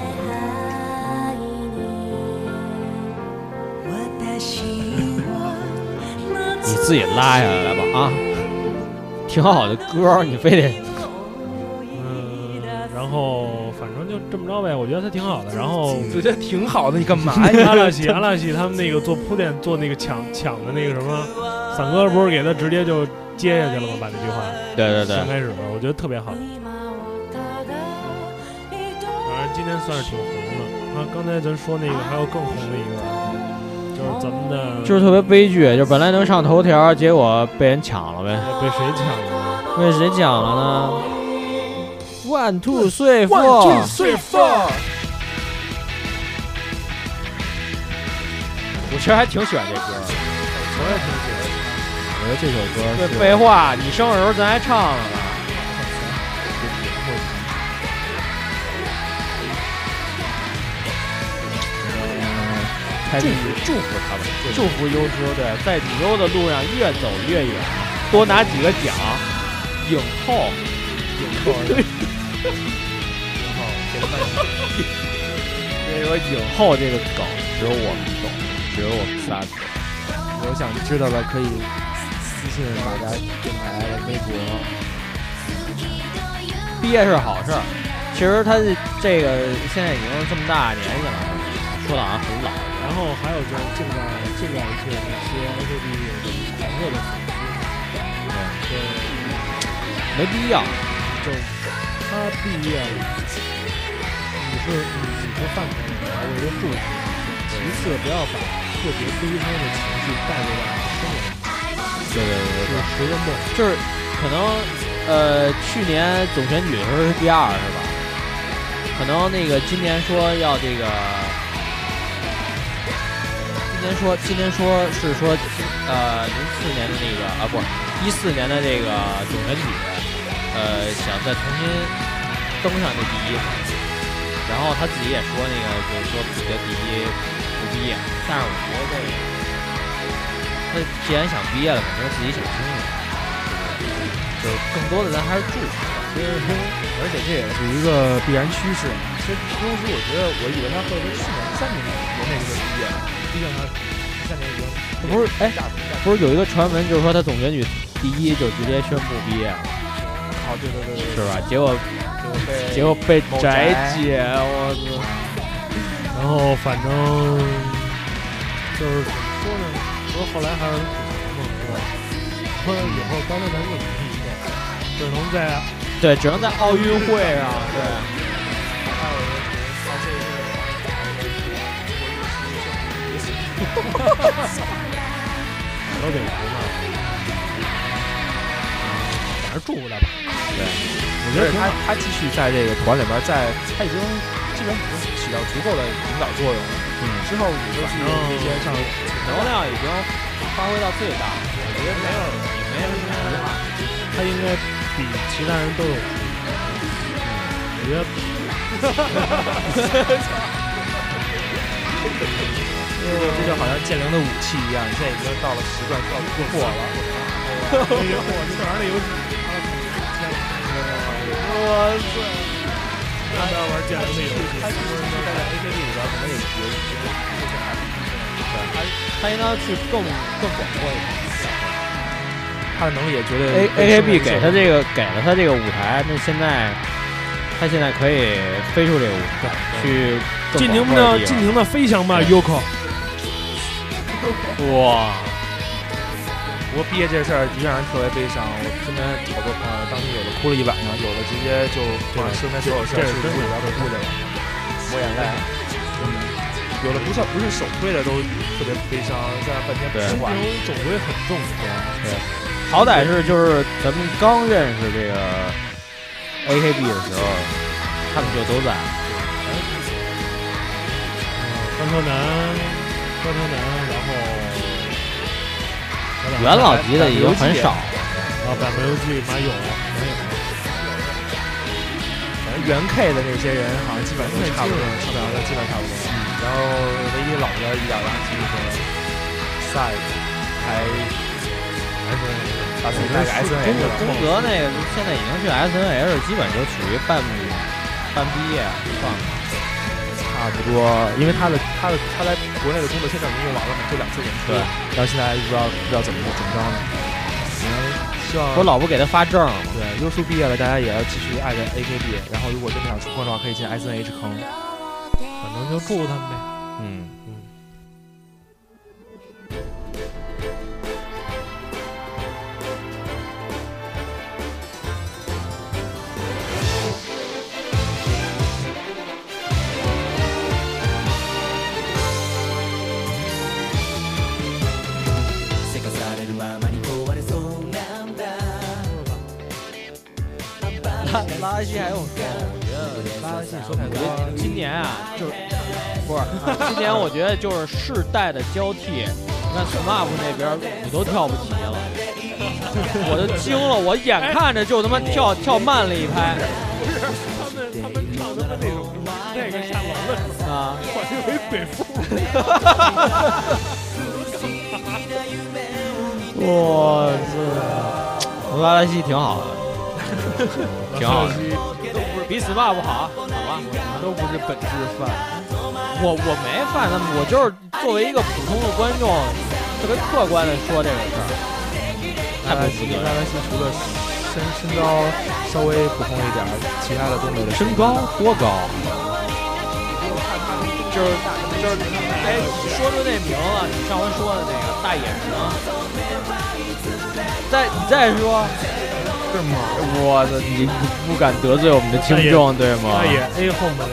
Speaker 2: 你自己拉下来吧啊！挺好的歌儿，你非得
Speaker 4: 嗯，然后反正就这么着呗，我觉得他挺好的。然后
Speaker 1: 我觉得挺好的，你干嘛呀？
Speaker 4: 阿拉西阿拉西他们那个做铺垫做那个抢抢的那个什么，伞哥不是给他直接就接下去了吗？把那句话
Speaker 2: <laughs> 对对对
Speaker 4: 先，开始了，我觉得特别好。反正今天算是挺红的。然后刚才咱说那个还有更红的一个，就是咱们的
Speaker 2: 就是特别悲剧，就是本来能上头条，结果被人抢了呗。
Speaker 4: 被谁抢了？
Speaker 2: 被谁抢了呢？One two three
Speaker 1: 万
Speaker 2: four，
Speaker 1: 众岁放。
Speaker 2: 我其实还挺喜欢这歌的。
Speaker 1: 我觉得这首歌
Speaker 2: 对，
Speaker 1: 是
Speaker 2: 废话，你生日时候咱还唱了呢。
Speaker 1: 嗯开
Speaker 2: 祝
Speaker 1: 始
Speaker 2: 福祝福他们，祝福优之，对，在旅游的路上越走越远，多拿几个奖，影后， <laughs> 影后，影后，这个影后这个梗只有我们懂，只有我们仨懂。
Speaker 1: 有想知道的可以私信马家电台的微博。
Speaker 2: 毕业是好事儿，其实他这个现在已经这么大年纪了，说的好像很老。
Speaker 4: 然后还有就是正在正在一些一些 A P B 狂热的粉丝，对，
Speaker 2: 没必要。
Speaker 4: 就是他毕业了，你是你你是饭桶，你要为人祝福。其次，不要把特别悲伤的情绪带入到生活中，
Speaker 2: 对对对
Speaker 4: 就是十人梦。
Speaker 2: 就是可能呃，去年总选举的时候是第二是吧？可能那个今年说要这个，今年说今年说是说呃零四年的那个啊不一四年的这个总选举，呃想再重新登上这第一嘛。然后他自己也说那个就是说自己的第一不毕业，但是我觉得这个他既然想毕业了，肯定自己想清楚。就是更多的咱还是祝福吧。
Speaker 1: 所以说，而且这也是一个必然趋势。其实当时我觉得，我以为他会是去年三年国内就毕业了，毕竟他三年已经
Speaker 2: 不是哎
Speaker 1: 大大
Speaker 2: 不是有一个传闻，就是说他总选举第一就直接宣布毕业了，
Speaker 1: 好，
Speaker 2: 哦
Speaker 1: 对对对对，
Speaker 2: 是吧？结果
Speaker 1: 对？
Speaker 2: 结果被
Speaker 1: 某
Speaker 2: 宅
Speaker 1: 宅
Speaker 2: 姐，我操！
Speaker 4: 然后反正就是怎么说呢，不是后来还有人吐槽嘛，是吧？说以后高端男子不是一个，只能在
Speaker 2: 对，只能在奥运会上，对，
Speaker 4: 河北服嘛。啊反正祝福他吧。
Speaker 1: 我觉得他他继续在这个团里边，在他已经基本已经起到足够的引导作用了。嗯，之后你就去那些像
Speaker 2: 能量已经发挥到最大，我觉得没有也没什么遗憾。
Speaker 4: 他应该比其他人都有福。嗯我觉得 <laughs>
Speaker 1: 这就好像剑灵的武器一样，你现在已经到了十段，到突破了。
Speaker 4: 这个 <laughs> 我这玩意儿的游戏， <laughs>
Speaker 2: 我操！
Speaker 4: 让他 <laughs> 玩剑灵的游
Speaker 1: 他
Speaker 4: 戏。
Speaker 1: 就是
Speaker 4: <laughs>
Speaker 1: 在 AKB 里边可能也是
Speaker 2: 他应该去更更广阔一点。
Speaker 1: 他的能力也绝对
Speaker 2: A
Speaker 1: 被
Speaker 2: A K
Speaker 1: 生人
Speaker 2: B 给他这个给了他这个舞台，那现在他现在可以飞出这个舞台去
Speaker 4: 尽
Speaker 2: 更
Speaker 4: 情
Speaker 2: 广阔的
Speaker 4: 的
Speaker 2: 地方
Speaker 4: 尽情的飞翔吧
Speaker 2: 对
Speaker 4: ，Yoko。 <laughs>
Speaker 2: 哇！
Speaker 1: 不过毕业这事儿的确让人特别悲伤，我身边好多朋友当时有的哭了一晚上，有的直接就把身边所有事儿
Speaker 4: 这
Speaker 1: 去
Speaker 4: 是真
Speaker 1: 哭里
Speaker 4: 的
Speaker 1: 边都哭去了，抹眼泪。有的不是不是手推的都特别悲伤，在那半天不
Speaker 2: 对
Speaker 1: 说话。
Speaker 4: 总归很重
Speaker 2: 好歹是就是咱们刚认识这个 A K B 的时候，他们就都在。
Speaker 4: 高超男，高超男，然后咱俩
Speaker 2: 元老级的已经很少了，
Speaker 4: 啊，百分游记马勇，马勇，
Speaker 1: 反正原 K 的那些人好像基本都差不多，嗯基本上都基本差不多。然后唯一老的一点垃圾和赛还把自己带个 S N
Speaker 2: 中
Speaker 1: H
Speaker 2: 中
Speaker 1: 了。
Speaker 2: 泽那个现在已经去 S N H，基本就属于半半毕业状态。
Speaker 1: 差不多，因为他的他的他来国内的工作签证已经用完了嘛，就两次演出，
Speaker 2: 对
Speaker 1: 然后现在还不知道不知道怎么怎么着呢。嗯，希望
Speaker 2: 我老不给他发证了吗？
Speaker 1: 对优叔毕业了，大家也要继续爱着 AKB，然后如果真的想出坑的话，可以进 S N H 坑。
Speaker 4: 反正就祝他们呗。
Speaker 2: 嗯。
Speaker 7: せかされるままに壊れそうなんだ
Speaker 2: 拉拉西还有我觉得拉西说，
Speaker 1: 嗯
Speaker 2: 我觉得今年啊，就是不是今年，我觉得就是世代的交替。你看 SMAP 那边舞都跳不齐了， <laughs> 我都惊了，我眼看着就他妈跳跳慢了一拍
Speaker 4: 他们他们唱他们那哎首那个下楼的时候，
Speaker 2: 啊！
Speaker 4: 我认为北风
Speaker 2: 我操，拉拉西挺好的，
Speaker 1: <laughs>
Speaker 2: 挺好的，比 SMAP 好，好吧？
Speaker 1: 都不是本质犯，
Speaker 2: 我我没犯他们，我就是作为一个普通的观众，特别客观的说这个事儿，
Speaker 1: 哎
Speaker 2: 哎太不负责
Speaker 1: 拉
Speaker 2: 任。
Speaker 1: 拉西除了身身高稍微普通一点，其他的都没得说。
Speaker 2: 身高多高？就是就是，哎，你说出那名了，你上回说的那个大眼睛，再你再说，
Speaker 3: 是吗？
Speaker 2: 我的，你不敢得罪我们的听众对吗
Speaker 4: 那？也哎 A home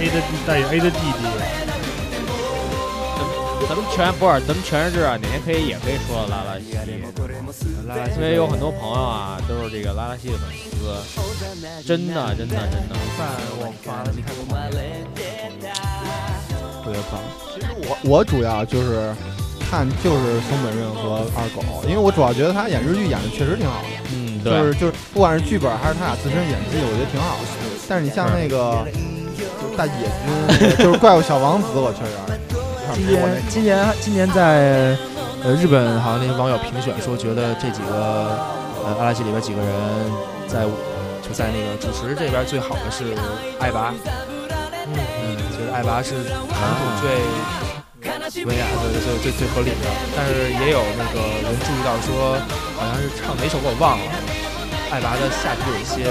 Speaker 4: A 的 D，但也 A 的弟弟，
Speaker 2: 咱们全不是，咱们全日制啊，哪天可以也可以说拉拉西，
Speaker 4: 拉拉西
Speaker 2: 因为有很多朋友啊，都是这个拉拉西的粉丝，真的真的真的，
Speaker 1: 我玩的太多了。
Speaker 3: 特别棒。其实我我主要就是看就是松本润和二狗，因为我主要觉得他演日剧演的确实挺好的。
Speaker 2: 嗯，
Speaker 3: 就
Speaker 2: 对，
Speaker 3: 是就是不管是剧本还是他俩自身演技，我觉得挺好的。但是你像那个就是大野君，就是怪物小王子，我确实有
Speaker 1: 今
Speaker 3: 点有点我
Speaker 1: 年今年今年在呃日本好像那些网友评选说，觉得这几个呃阿拉西里边几个人在就在那个主持这边最好的是艾拔，嗯，啊就是艾拔是谈吐最文雅的、最最最合理的，但是也有那个人注意到说，好像是唱哪首歌我忘了，艾拔的下体有一些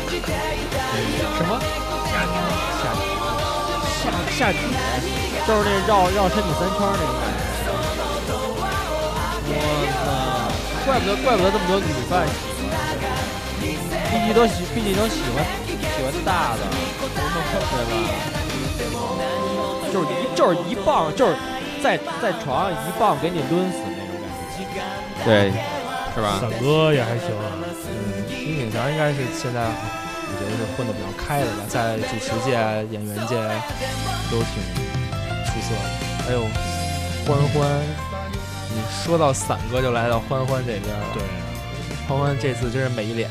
Speaker 1: 明显。什么？嗯下体？
Speaker 2: 下体就是那绕绕身体三圈那种感觉。我操，怪不得怪不得这么多女饭喜欢，毕竟都喜毕竟都喜欢喜欢大的，对吧？就是一就是一棒就是在在床上一棒给你抡死那种感觉，对，是吧？
Speaker 4: 伞哥也还行啊。
Speaker 1: 嗯，樱井翔应该是现在我觉得是混得比较开的吧，在主持界、啊演员界都挺出色的。哎呦，欢欢，你说到伞哥就来到欢欢这边了。
Speaker 4: 对，
Speaker 1: 欢欢这次真是美一脸，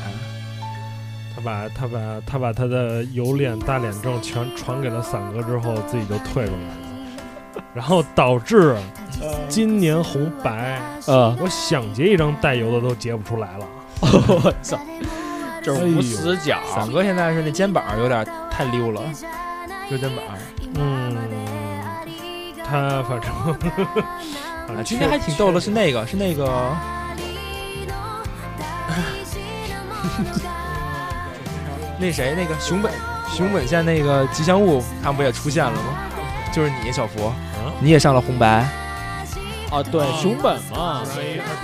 Speaker 4: 他把他把他把他的有脸大脸症全传给了伞哥之后，自己就退过来了，然后导致今年红白，
Speaker 1: 呃
Speaker 2: 嗯，
Speaker 4: 我想截一张带油的都截不出来了。
Speaker 2: 我操，就是无死角，
Speaker 1: 伞哎哥现在是那肩膀有点太溜了，溜肩膀。
Speaker 4: 嗯，他
Speaker 2: <laughs>
Speaker 4: 反正反
Speaker 1: 啊，
Speaker 4: 正
Speaker 1: 今天还挺逗的，是那个是那个，那谁那个熊本熊本县那个吉祥物，他们不也出现了吗？就是你小福，
Speaker 4: 啊
Speaker 1: 你也上了红白，
Speaker 2: 啊，对，
Speaker 4: 哦
Speaker 2: 熊本嘛，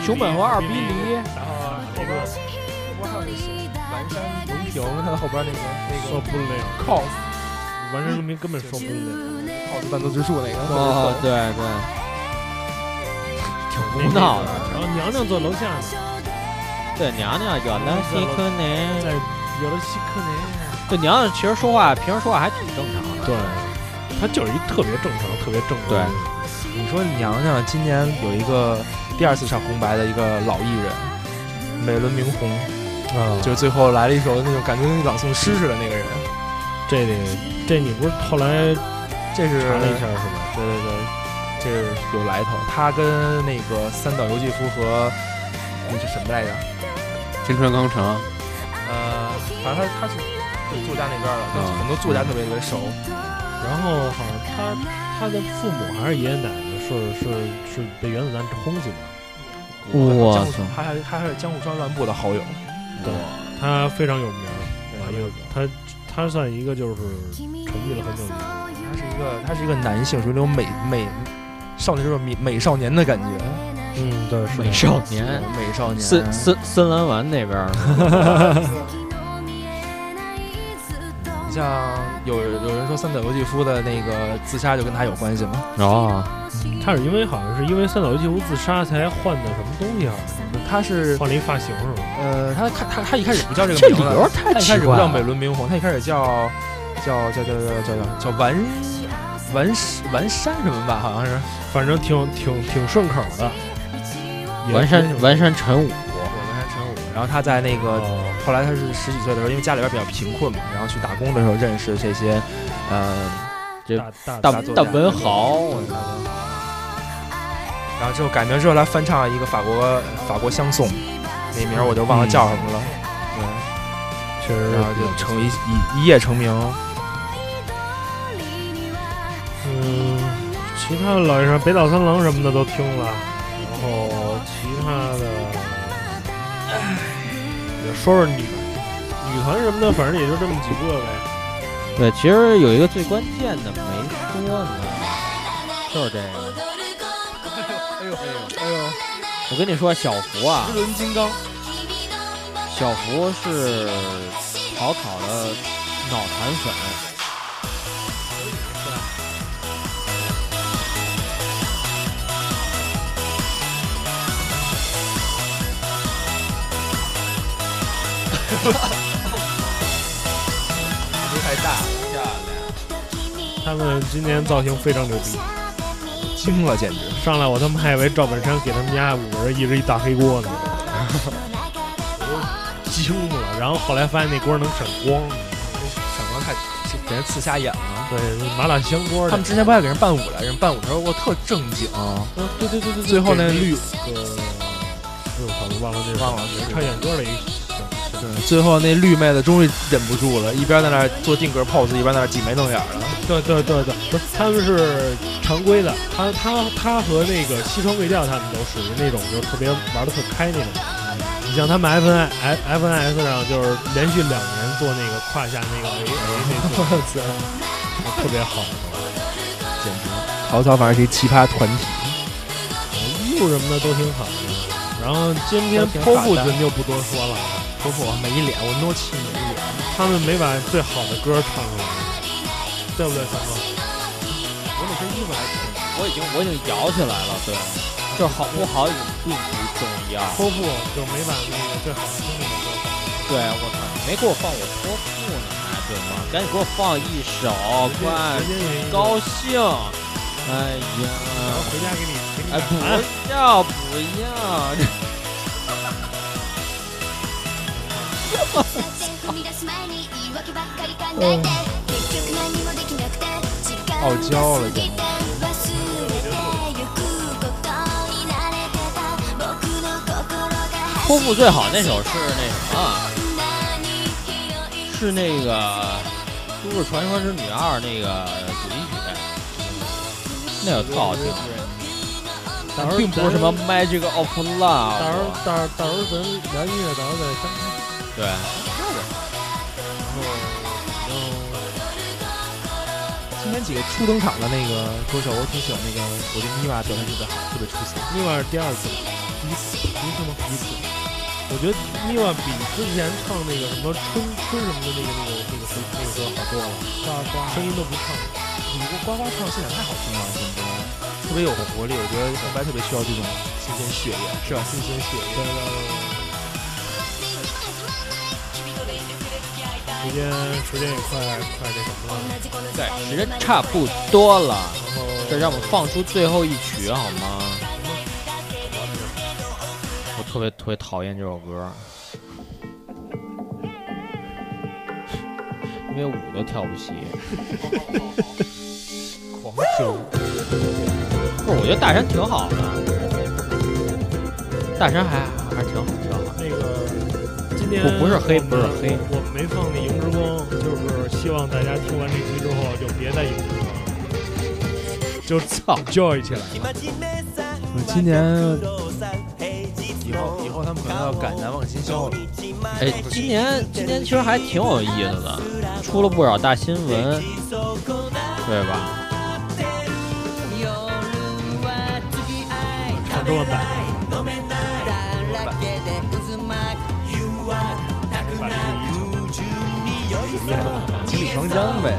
Speaker 2: 熊本和二逼离，
Speaker 4: 然后那个
Speaker 1: 完山荣平他的后边那个
Speaker 4: 说不了，
Speaker 1: 那个 cos
Speaker 4: 完事明根本说不了。
Speaker 1: cos 半泽直树那个，
Speaker 2: 哦，对对，挺无闹的。
Speaker 4: 然后娘娘坐楼下呢，
Speaker 2: 对，娘娘有了西科
Speaker 4: 在
Speaker 2: 尼，
Speaker 4: 有了西克尼。
Speaker 2: 对，娘娘其实说话，平时说话还挺正常的。
Speaker 4: 对，他就是一特别正常、特别正常的
Speaker 2: 对
Speaker 4: 人。
Speaker 1: 你说娘娘今年有一个第二次上红白的一个老艺人，美轮明宏，
Speaker 4: 啊，
Speaker 1: 就是最后来了一首那种感觉跟朗诵诗似的那个人，
Speaker 4: 这得这你不是后来呃
Speaker 1: 这是
Speaker 4: 查了一下是吧？
Speaker 1: 对对对，这是有来头。他跟那个三岛由纪夫和那是什么来着？
Speaker 13: 青春刚城，
Speaker 1: 呃，反正他他是对作家那边的，跟
Speaker 13: 嗯
Speaker 1: 很多作家特别特别熟。
Speaker 4: 然后好像他他的父母还是爷爷奶奶是是是被原子弹轰死的。
Speaker 2: 我
Speaker 1: 江户川，他还他还是江户川乱步的好友。
Speaker 4: 对，他非常有名儿，啊，有他他算一个就是沉寂了很久的人。
Speaker 1: 他是一个他是一个男性，属于那种美美少年，就是美美少年的感觉。
Speaker 4: 嗯，对，是
Speaker 2: 美少年，
Speaker 1: 美少年
Speaker 2: <laughs> 森森森兰丸那边儿呢
Speaker 1: 你像有有人说三岛由纪夫的那个自杀就跟他有关系吗？
Speaker 2: 哦，
Speaker 4: 他是因为好像是因为三岛由纪夫自杀才换的什么东西啊？
Speaker 1: 他是
Speaker 4: 换了一发型是吗？
Speaker 1: 呃，他他他他一开始不叫这个
Speaker 2: 这
Speaker 1: 名
Speaker 2: 理
Speaker 1: 字，
Speaker 2: 由太
Speaker 1: 他一
Speaker 2: 奇
Speaker 1: 开始不
Speaker 2: 怪
Speaker 1: 叫
Speaker 2: 了
Speaker 1: 美。轮明宏，他一开始叫叫叫叫叫叫叫叫完完完山什么吧，好像是。
Speaker 4: 反正挺挺挺顺口的。也
Speaker 2: 完
Speaker 4: 挺
Speaker 2: 山完山晨武，
Speaker 1: 对，完山晨武。然后他在那个、
Speaker 4: 哦
Speaker 1: 后来他是十几岁的时候，因为家里边比较贫困嘛，然后去打工的时候认识这些，呃，
Speaker 2: 这
Speaker 4: 大大
Speaker 2: 大
Speaker 1: 大作
Speaker 2: 大
Speaker 1: 家
Speaker 2: 文豪，
Speaker 1: 然后之后改名之后，他翻唱了一个法国法国相送，那名儿我就忘了叫什么了。
Speaker 4: 确实
Speaker 1: 对，然后就成一一一夜成名。
Speaker 4: 嗯，其他的老一上北岛三郎什么的都听了，然后其他的，也说说女女团什么的，反正也就这么几个呗。
Speaker 2: 对，其实有一个最关键的没说呢，就是这个。
Speaker 1: 哎呦哎呦哎呦！
Speaker 2: 我跟你说，小福啊，
Speaker 1: 轮金刚，
Speaker 2: 小福是草草的脑残粉。
Speaker 4: 他们今年造型非常牛逼，
Speaker 1: 惊了，简直！
Speaker 4: 上来我他妈还以为赵本山给他们家五个人一人一大黑锅呢，我都惊了。然后后来发现那锅能闪光，
Speaker 1: 闪光太给人刺瞎眼了。
Speaker 4: 对，麻辣香锅
Speaker 1: 他
Speaker 4: 的
Speaker 1: 们之前不还给人伴舞来着？人伴舞的时哦候我特正经，
Speaker 4: 对对对对，
Speaker 1: 最后那绿，
Speaker 4: 我操，我忘了那
Speaker 1: 忘了是
Speaker 4: 唱演歌的一个
Speaker 1: 对，最后那绿妹子终于忍不住了，一边在那儿做定格 pose，一边在那儿挤眉弄眼儿的。
Speaker 4: 对对对对，不是，他们是常规的，他他他和那个西川贵教他们都属于那种就是特别玩的特开那种。你像他们 F N F F N S 上就是连续两年做那个胯下那个 A
Speaker 1: <laughs>
Speaker 4: A 那次，特别好。
Speaker 1: 曹操反正是一奇葩团体，
Speaker 4: 衣服什么的都挺好的。然后今天
Speaker 1: 都挺好
Speaker 4: 泼
Speaker 1: 的
Speaker 4: 妇咱就不多说了，
Speaker 1: 婆婆没脸，我诺气没脸。
Speaker 4: 他们没把最好的歌唱出来，对不对，三哥？
Speaker 2: 我那身衣服还挺，我已经我已经摇起来了，对，就是好不好已经并不重要。
Speaker 4: 泼妇就没把那个最好的兄弟们歌唱出来。
Speaker 2: 对，我操，你没给我放我泼妇呢，还对吗？赶紧给我放一首，快
Speaker 4: 直接直接给你
Speaker 2: 高兴。哎
Speaker 4: 然后
Speaker 2: 呀，
Speaker 4: 回家给你给你
Speaker 2: 哎，
Speaker 4: 打盘
Speaker 2: 不要不要，
Speaker 1: 傲娇了，简直。
Speaker 2: 泼妇最好那首是那什么？啊是那个《都市传说之女二》那个主题曲，那个特好听。
Speaker 4: 到时候
Speaker 2: 并不是什么 Magic of
Speaker 4: 到时候
Speaker 2: Love，啊
Speaker 4: 到时候到时候咱聊音乐，到时候再商量。
Speaker 2: 对，
Speaker 1: 今天几个初登场的那个歌手，我挺喜欢那个，我觉得妮娃表现特别好，特别出色。
Speaker 4: 妮娃是第二次来，第一次，第一次吗？第一次。我觉得妮娃比之前唱那个什么春春什么的那个那个那个那个歌好多了，声音都不唱。
Speaker 1: 你这呱呱唱现场太好听了，简直特别有活力。我觉得红白特别需要这种新鲜血液，是吧？新鲜血液。
Speaker 4: 时间时间也快快那什么了，
Speaker 2: 对，时间差不多了，这让我们放出最后一曲好吗？我特别特别讨厌这首歌，因为舞都跳不齐。
Speaker 1: 狂秋，
Speaker 2: 不是，我觉得大山挺好的，大山还还是挺好，挺好。
Speaker 4: 那个今天
Speaker 2: 不不是黑
Speaker 4: 我们
Speaker 2: 不是黑
Speaker 4: 我们没放那《萤之光》，就是希望大家听完这期之后就别再萤之光了，就
Speaker 2: 操
Speaker 4: joy 起来。
Speaker 5: 今年
Speaker 1: 以后以后他们可能要赶难忘今宵了。
Speaker 2: 哎，今年今年其实还挺有意思的，出了不少大新闻，对吧？
Speaker 4: 唱中文版，把这个一唱
Speaker 1: 情侣双江呗。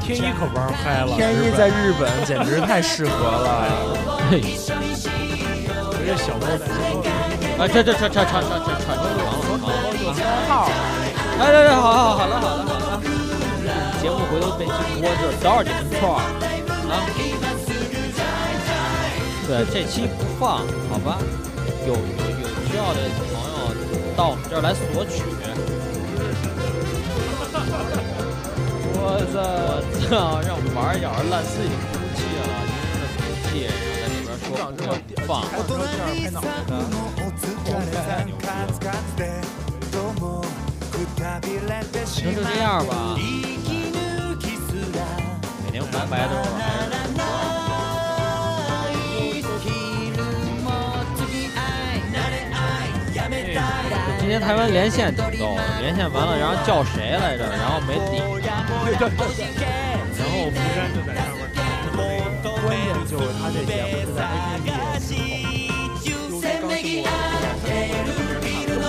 Speaker 4: 天一可玩嗨了，
Speaker 1: 天一在日本简直太适合了，
Speaker 2: 嘿，
Speaker 4: 人家小猫在说
Speaker 2: 啊，这这这这这这这这这这这哎，对对，好好好了好了好了，节目回头被去播就是多少点错啊？对，这期不放，好吧？有有有需要的朋友到我们这儿来索取。我操！我操！让我们玩一咬着烂自己的空气了，今天的空气，然后在里边说不放。行，就这样吧。每天白白的我还是。今天台湾连线挺逗的，连线完了，然后叫谁来着？然后没底，
Speaker 4: 然后吴山就在上面唱。
Speaker 1: 关键就是他这节目是在 APP 上。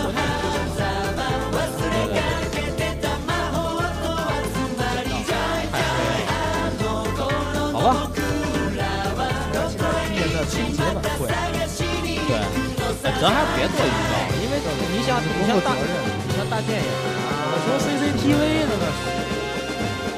Speaker 2: 咱还是别做预告了，因为你想，你像大，你像大电影啊，
Speaker 5: 说 CCTV 的呢，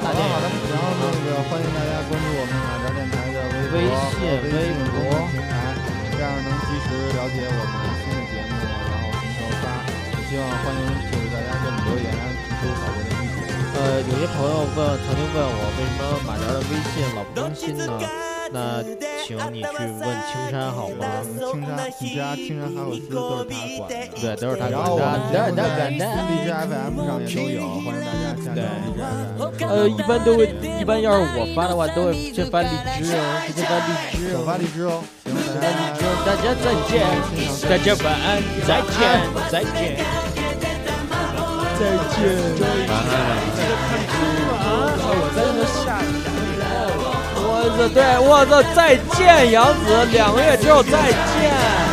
Speaker 2: 大
Speaker 3: 好
Speaker 2: 电
Speaker 3: 了
Speaker 2: 影
Speaker 3: 好了，然后那个欢迎大家关注我们马哲电台的微博、
Speaker 2: 微信
Speaker 3: 微
Speaker 2: 微
Speaker 3: 信
Speaker 2: 博
Speaker 3: 公众平台，这样能及时了解我们新的节目，然后什么时候发。也希望欢迎就是大家给我们留言，提出好多的意见。
Speaker 2: 呃，有些朋友问，曾经问我为什么马哲的微信老不更新呢？那请你去问青山好吗？
Speaker 3: 青山、你家、青山还有丝都是他管的。
Speaker 2: 对，都是他
Speaker 3: 然后我们节目在荔枝 FM 上也都有，欢迎大家下载荔枝 FM。
Speaker 2: 呃，一般都会，一般要是我发的话，都会先发荔枝哦，直接发荔枝
Speaker 3: 首
Speaker 2: 哦。
Speaker 3: 发荔枝哦，行，
Speaker 2: 那
Speaker 3: 大家
Speaker 2: 荔枝，大家再见，大家晚安，再见，再见，再见，晚安。
Speaker 5: 我在那下一下。
Speaker 2: 我操，对，我操，再见，杨子，两个月之后再见。